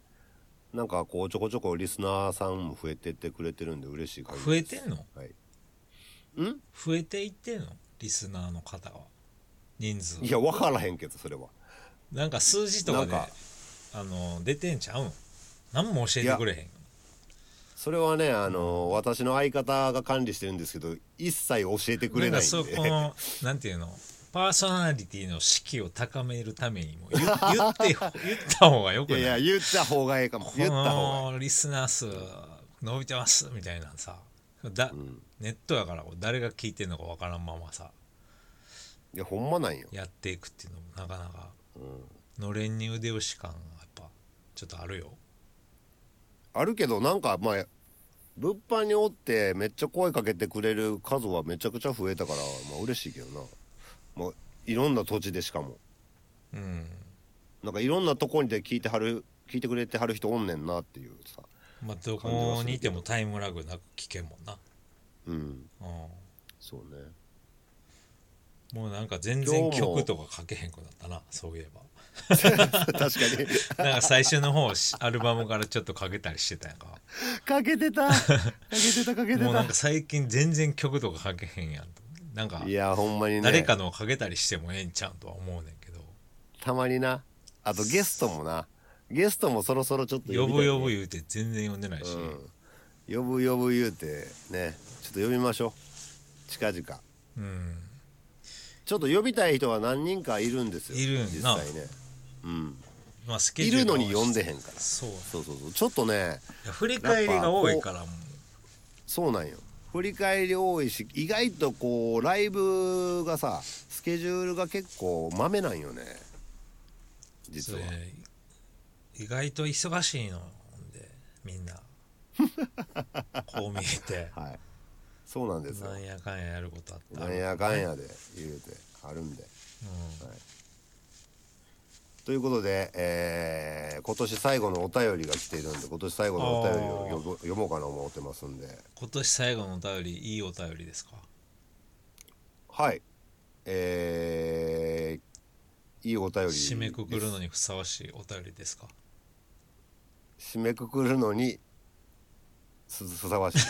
Speaker 3: なんかこうちょこちょこリスナーさんも増えてってくれてるんで嬉しい感じ
Speaker 2: 増えてんの
Speaker 3: はい、
Speaker 2: 増えていってんのリスナーの方は人数
Speaker 3: いや分からへんけどそれは
Speaker 2: なんか数字とかで
Speaker 3: なんか
Speaker 2: あの出てんちゃうん何も教えてくれへん
Speaker 3: それはねあのー私の相方が管理してるんですけど一切教えてくれ
Speaker 2: ん
Speaker 3: な
Speaker 2: か
Speaker 3: いん
Speaker 2: そ
Speaker 3: で
Speaker 2: このなんていうのパーソナリティの士気を高めるためにも言 (laughs) 言ってよ言った方がよく
Speaker 3: (laughs)
Speaker 2: な
Speaker 3: い
Speaker 2: い
Speaker 3: やいや言った方がええかも言った方が
Speaker 2: このリスナー数伸びてますみたいなさだ、ネットやから誰が聞いてんのかわからんままさ
Speaker 3: いいやほんまなんよ
Speaker 2: やっていくっていうのもなかなか、のれんに腕押し感がやっぱちょっとあるよ
Speaker 3: あるけどなんかまあ物販におってめっちゃ声かけてくれる数はめちゃくちゃ増えたからまあ嬉しいけどなもういろんな土地でしかも
Speaker 2: うん
Speaker 3: なんかいろんなとこにで聞いてはる聞いてくれてはる人おんねんなっていうさ
Speaker 2: まあどこにいてもタイムラグなく聞けんもんな、
Speaker 3: うん
Speaker 2: う (laughs)
Speaker 3: そうね
Speaker 2: ん、もうなんか全然
Speaker 3: 今日も
Speaker 2: 曲とか書けへんくなったなそういえば
Speaker 3: 確かに
Speaker 2: (laughs) なんか最初の方しアルバムからちょっとかけたりしてたやん
Speaker 3: (laughs)
Speaker 2: か
Speaker 3: かけてたかけてたかけて
Speaker 2: もうなんか
Speaker 3: た
Speaker 2: 最近全然曲とか書けへんやんとなんか
Speaker 3: いやほんまにね
Speaker 2: 誰かのをかけたりしてもええんちゃうんとは思うねんけど
Speaker 3: たまになあとゲストもなゲストもそろそろちょっと
Speaker 2: 呼
Speaker 3: びた
Speaker 2: ぶ
Speaker 3: いね
Speaker 2: 呼ぶ言うて全然呼んでないし、
Speaker 3: 呼ぶ呼ぶ言うてねちょっと呼びましょう近々
Speaker 2: うん、
Speaker 3: ちょっと呼びたい人は何人かいるんですよ
Speaker 2: いるん
Speaker 3: 実
Speaker 2: な
Speaker 3: 際ねうん
Speaker 2: まあスケ
Speaker 3: い
Speaker 2: ジュー
Speaker 3: る
Speaker 2: ルが
Speaker 3: のに呼んでへんから
Speaker 2: そうい
Speaker 3: そうそうそうちょっとね
Speaker 2: や振り返りが多いからも
Speaker 3: そうなんよ振り返り多いし意外とこうライブがさスケジュールが結構まめなんよね
Speaker 2: う
Speaker 3: 実は
Speaker 2: それ意外と忙しいのほんでみ
Speaker 3: (laughs)
Speaker 2: んなこう見えて
Speaker 3: はいそうなんですよ
Speaker 2: なんやかんややることあった
Speaker 3: なんやかんやで言うてあるんで、はいということで、えー今年最後のお便りが来ているんで今年最後のお便りを読ぼ読もうかな思ってますんで
Speaker 2: 今年最後のお便りいいお便りですか
Speaker 3: はいえーいいお便り
Speaker 2: 締めくくるのにふさわしいお便りですか
Speaker 3: 締めくくるのにすふさわしいで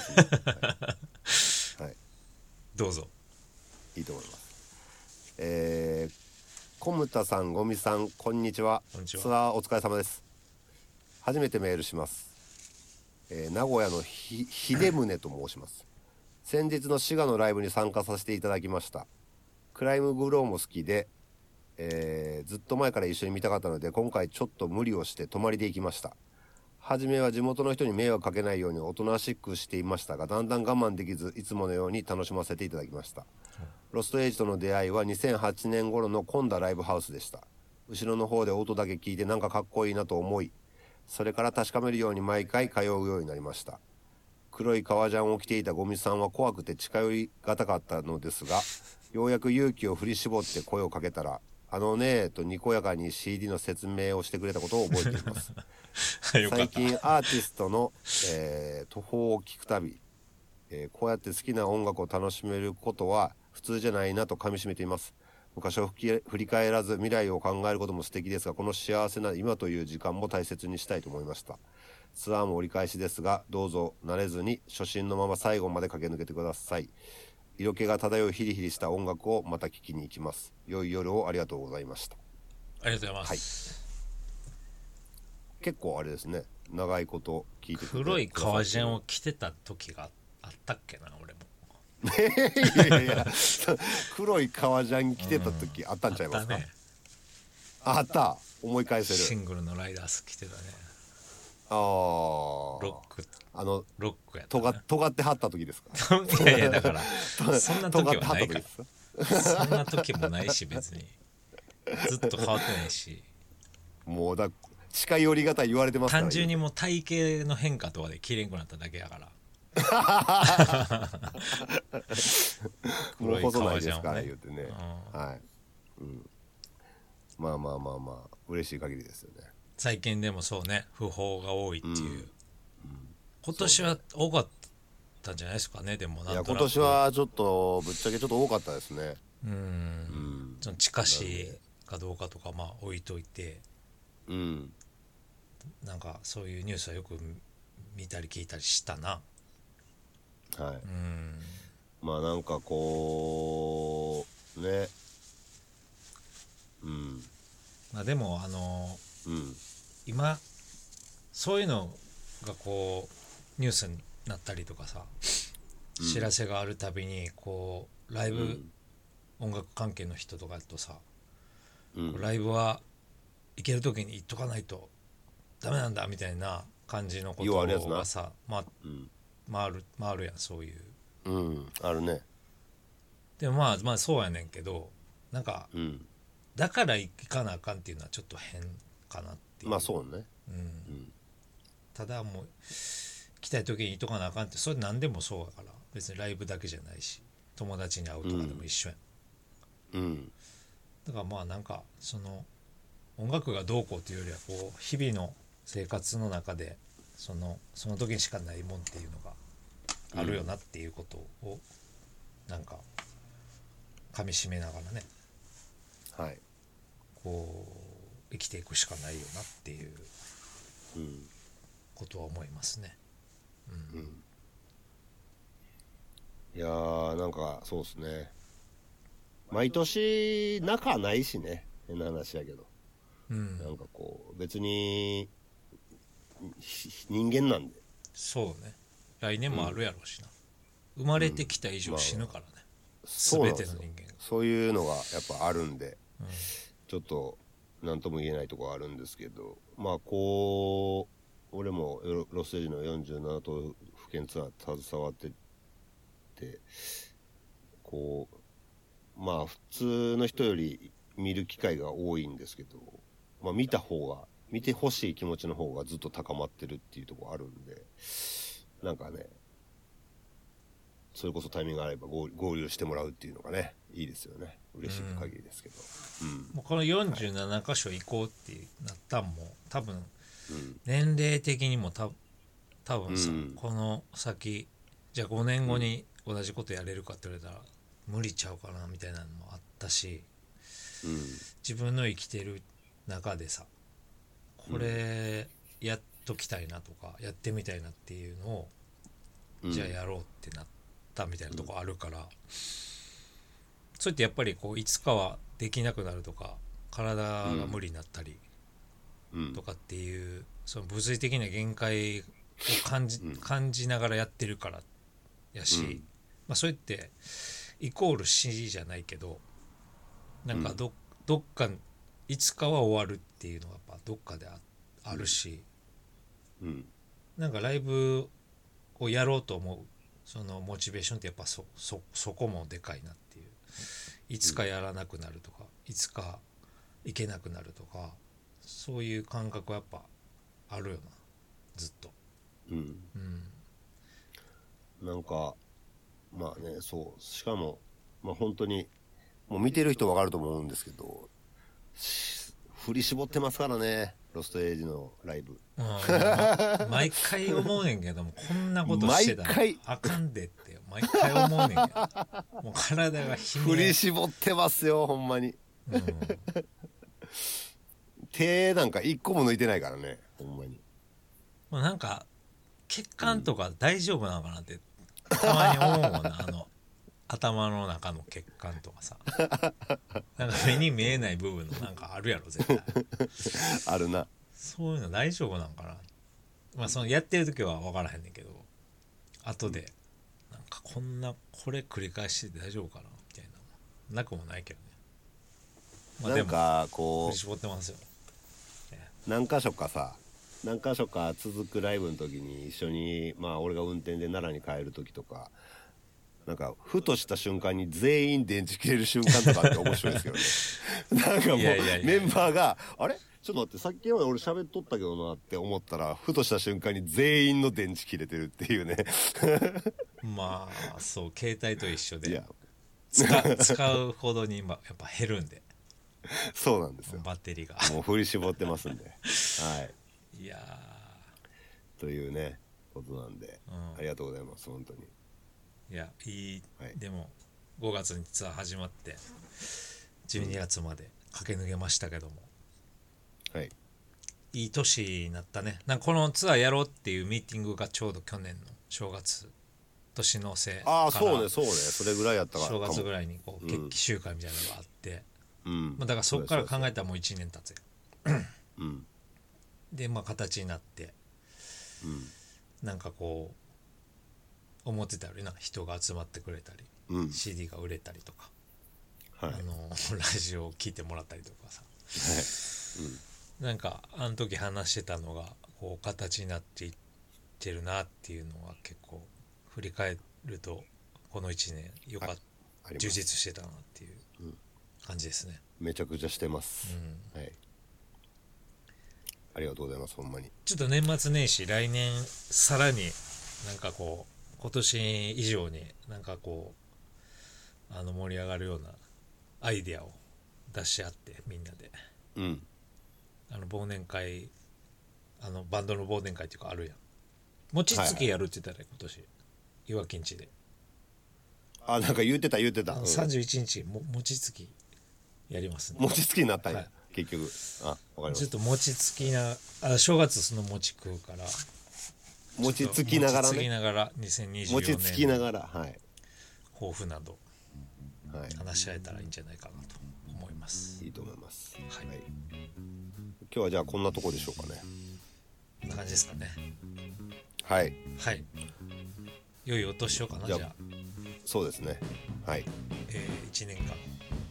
Speaker 3: すね、はいはい
Speaker 2: どうぞ
Speaker 3: いいと思います。えー、コムタさん、ゴミさん、こんにちは。
Speaker 2: こんにちは
Speaker 3: ツアーお疲れ様です。初めてメールします。えー名古屋のひ秀宗と申します。先日の滋賀のライブに参加させていただきました。クライムグローも好きで、えーずっと前から一緒に見たかったので、今回ちょっと無理をして泊まりで行きました。はじめは地元の人に迷惑かけないようにおとなしくしていましたが、だんだん我慢できず、いつものように楽しませていただきました。ロストエイジとの出会いは2008年頃のコンダライブハウスでした。後ろの方で音だけ聞いてなんかかっこいいなと思い、それから確かめるように毎回通うようになりました。黒い革ジャンを着ていたゴミさんは怖くて近寄りがたかったのですが、ようやく勇気を振り絞って声をかけたら、あのねえとにこやかに CD の説明をしてくれたことを覚えています。
Speaker 2: よか
Speaker 3: 最
Speaker 2: った
Speaker 3: 近アーティストの、えー途方を聞くたび、えーこうやって好きな音楽を楽しめることは普通じゃないなと噛みしめています昔を吹き振り返らず未来を考えることも素敵ですがこの幸せな今という時間も大切にしたいと思いましたツアーも折り返しですがどうぞ慣れずに初心のまま最後まで駆け抜けてください色気が漂うヒリヒリした音楽をまた聴きに行きます良い夜をありがとうございました
Speaker 2: ありがとうございます、
Speaker 3: 結構あれですね長いこと聞いてくれて
Speaker 2: 黒い革ジャンを着てた時があったっけな俺も
Speaker 3: いやいやいやそ黒い革ジャン着てた時あったんちゃいま
Speaker 2: だ
Speaker 3: すか、
Speaker 2: ね
Speaker 3: ああった思い返せ
Speaker 2: シ
Speaker 3: る
Speaker 2: ングルのライダース着てたね
Speaker 3: あ
Speaker 2: ロ
Speaker 3: あ
Speaker 2: ック
Speaker 3: あの
Speaker 2: ロックやった
Speaker 3: と
Speaker 2: な
Speaker 3: が尖ってはった時ですか
Speaker 2: いやいやだからそんな時はない
Speaker 3: (laughs) 尖って
Speaker 2: か
Speaker 3: はった時
Speaker 2: ら
Speaker 3: です
Speaker 2: そ
Speaker 3: か
Speaker 2: んな時もないし別にずっと変わってないし
Speaker 3: もうだ近寄りがたい言われてますから
Speaker 2: 単純にもう体型の変化とかで綺麗くなっただけやから
Speaker 3: もう細ないですか
Speaker 2: 黒い革
Speaker 3: ら
Speaker 2: ジャン
Speaker 3: 言うてね、はい、うん、まあまあまあまあ嬉しい限りですよね
Speaker 2: 最近でもそうね不法が多いっていう、今年は多かったんじゃないですかねでもなん
Speaker 3: い
Speaker 2: と
Speaker 3: や
Speaker 2: なく
Speaker 3: 今年はちょっとぶっちゃけちょっと多かったですね
Speaker 2: うんその近しいかどうかとかまあ置いといて
Speaker 3: うん
Speaker 2: なんかそういうニュースはよく見たり聞いたりしたな
Speaker 3: はい
Speaker 2: うん
Speaker 3: まあなんかこうねうん
Speaker 2: まあでもあの
Speaker 3: うん
Speaker 2: 今そういうのがこうニュースになったりとかさ知らせがあるたびにこうライブ音楽関係の人とかとさ
Speaker 3: うん
Speaker 2: ライブは行ける時に行っとかないとダメなんだみたいな感じのこと
Speaker 3: ようあるやつな
Speaker 2: がさま
Speaker 3: うん
Speaker 2: 回る回るやんそういう
Speaker 3: うんあるね
Speaker 2: でもまあまあそうやねんけどなんか
Speaker 3: うん
Speaker 2: だから行かなあかんっていうのはちょっと変かなっていう
Speaker 3: まあそうね
Speaker 2: ただもう来たい時に行っとかなあかんってそれ何でもそうやから別にライブだけじゃないし友達に会うとかでも一緒やん、
Speaker 3: うん
Speaker 2: だからまあなんかその音楽がどうこうというよりはこう日々の生活の中でそのその時にしかないもんっていうのがあるよなっていうことをなんかかみしめながらね
Speaker 3: はい
Speaker 2: こう生きていくしかないよなっていう
Speaker 3: うん
Speaker 2: ことは思いますね。
Speaker 3: いやーなんかそうですね毎年仲ないしね変な話やけど
Speaker 2: うん
Speaker 3: なんかこう別にひ人間なんで
Speaker 2: そうね来年もあるやろうしな、生まれてきた以上死ぬからね、
Speaker 3: そうなん
Speaker 2: 全
Speaker 3: で
Speaker 2: て
Speaker 3: す
Speaker 2: の
Speaker 3: よ
Speaker 2: 人間が
Speaker 3: そういうのがやっぱあるんで、ちょっと何とも言えないとこあるんですけどまあこう俺もロロスエイジの47都府県ツアー携わっててこうまあ普通の人より見る機会が多いんですけど、まあ、見た方が見てほしい気持ちの方がずっと高まってるっていうとこあるんでなんかねそれこそタイミングがあれば合合流してもらうっていうのがねいいですよね嬉しい限りですけど
Speaker 2: もうこの47箇所行こうってなったんも多分年齢的にもた多分さ、
Speaker 3: うん
Speaker 2: この先じゃあ5年後に同じことやれるかって言われたら無理ちゃうかなみたいなのもあったし
Speaker 3: うん、うん
Speaker 2: 自分の生きてる中でさこれやっときたいなとかやってみたいなっていうのを、
Speaker 3: うん
Speaker 2: じゃあやろうってなったみたいなとこあるから、そうやってやっぱりこういつかはできなくなるとか体が無理になったり
Speaker 3: うん
Speaker 2: とかっていう、その物理的な限界を感じ,、
Speaker 3: うん
Speaker 2: 感じながらやってるからやし、
Speaker 3: うん
Speaker 2: まあ、そうやってイコール死じゃないけどなんかど,、どっかいつかは終わるっていうのがやっぱどっかでああるし。
Speaker 3: うん
Speaker 2: なんかライブをやろうと思うそのモチベーションってやっぱそそそこもでかいなっていういつかやらなくなるとか、いつか行けなくなるとかそういう感覚はやっぱあるよなずっと
Speaker 3: うん
Speaker 2: うん
Speaker 3: なんか、まあね、そう、しかも、まあ本当に、もう見てる人わかると思うんですけど、し振り絞ってますからね、ロストエイジのライブ。
Speaker 2: うん、ま毎回思うねんけどもこんなことしてたら
Speaker 3: 毎回
Speaker 2: あかんでって毎回思うねんけどもう体がひ
Speaker 3: 振
Speaker 2: ね
Speaker 3: り絞ってますよ、ほんまに。
Speaker 2: うん、
Speaker 3: (laughs) 手なんか一個も抜いてないからね、ほんまに。
Speaker 2: もうなんか血管とか大丈夫なのかなってたまに思うもんなあの頭の中の血管とか
Speaker 3: (laughs)
Speaker 2: さなんか目に見えない部分のなんかあるやろ絶対
Speaker 3: あるな。
Speaker 2: そういうの大丈夫なんかなまあそのやってる時は分からへんねんけど後でなんかこんなこれ繰り返して大丈夫かなみたいななくもないけどねまあ
Speaker 3: な
Speaker 2: で
Speaker 3: ん
Speaker 2: も
Speaker 3: か、
Speaker 2: 振
Speaker 3: こ
Speaker 2: り絞ってますよ
Speaker 3: う、何箇所かさ、何箇所か続くライブの時に一緒に、まあ俺が運転で奈良に帰る時とか、なんか、ふとした瞬間に全員電池切れる瞬間とかあって面白いですけど
Speaker 2: (laughs)
Speaker 3: ね。なんかもう、
Speaker 2: いやいやいや
Speaker 3: メンバーが、あれちょっと待って、さっきまで俺喋っとったけどなって思ったら、ふとした瞬間に全員の電池切れてるっていう
Speaker 2: (laughs)
Speaker 3: ね。
Speaker 2: まあそう携帯と一緒
Speaker 3: い
Speaker 2: で
Speaker 3: や、 (laughs)
Speaker 2: 使使うほどに今やっぱ減るんで
Speaker 3: そうなんですよ。
Speaker 2: バッテリーが
Speaker 3: もう振り絞ってますんで。はい。
Speaker 2: いや
Speaker 3: というね、ことなんで、
Speaker 2: うん
Speaker 3: ありがとうございます、本当に。
Speaker 2: ーいやいい、
Speaker 3: はい
Speaker 2: でも5月にツアー始まって12月まで駆け抜けましたけども、
Speaker 3: はい。
Speaker 2: いい年になったねなんかこのツアーやろうっていうミーティングがちょうど去年の正月年の瀬
Speaker 3: ああ、
Speaker 2: から
Speaker 3: そうね、そうね。それぐらいやったからか
Speaker 2: 正
Speaker 3: も。
Speaker 2: 月ぐらいにこう
Speaker 3: うん
Speaker 2: 決起集会みたいなのがあって、
Speaker 3: うん。
Speaker 2: まあ、だからそこから
Speaker 3: う
Speaker 2: 考えたらもう1年経つよ
Speaker 3: そううん。
Speaker 2: でまあ形になってなんかこう思ってたよりな人が集まってくれたり
Speaker 3: うん。うん。
Speaker 2: CD が売れたりとか、
Speaker 3: はい。
Speaker 2: あの (laughs) ラジオを聞いてもらったりとかさなんかあの時話してたのがこう形になっていってるなっていうのは結構振り返るとこの1年よかっ
Speaker 3: あります
Speaker 2: 充実してたなっていう感じですね。
Speaker 3: めちゃくちゃしてま
Speaker 2: う
Speaker 3: す、
Speaker 2: ん、
Speaker 3: はいありがとうございますほんまに
Speaker 2: ちょっと年末年始来年さらになんかこう今年以上になんかこうあの盛り上がるようなアイデアを出し合ってみんなで
Speaker 3: うん
Speaker 2: あの忘年会あのバンドの忘年会っていうかあるやん餅つきやるって言ったね、今年いわきんちで
Speaker 3: あなんか言ってた言って
Speaker 2: あ
Speaker 3: た、う
Speaker 2: の
Speaker 3: ん、
Speaker 2: 31日も餅つきやりますね
Speaker 3: 餅つきになったんや、
Speaker 2: はい
Speaker 3: 結局あわかり
Speaker 2: ちょ
Speaker 3: ま
Speaker 2: っ
Speaker 3: し
Speaker 2: と餅つきなあ正月その餅食うから
Speaker 3: た餅つきながら
Speaker 2: 餅つき
Speaker 3: ね
Speaker 2: ながら2024
Speaker 3: 餅つきな
Speaker 2: 年の
Speaker 3: がらはい
Speaker 2: 抱負など
Speaker 3: は
Speaker 2: 話し合えたらいいんじゃないかなと思います
Speaker 3: いいいと思います、
Speaker 2: はい
Speaker 3: 今日はじゃあこんなとこでしょうかね
Speaker 2: こんな感じですかね
Speaker 3: はい
Speaker 2: はい良いお年をかなじ
Speaker 3: じ
Speaker 2: ゃ
Speaker 3: ゃ
Speaker 2: あ
Speaker 3: あそうですねはい
Speaker 2: えー、1年間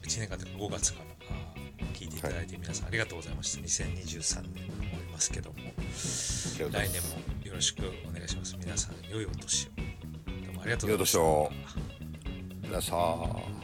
Speaker 2: 1年間というか5月からあー聞いていただいて皆さんありがとうございました、2023年に思いますけども
Speaker 3: 来
Speaker 2: 来年もよろしくお願いします皆さん良いお年をどうもありがとうございました
Speaker 3: 良いお年をいらっしゃい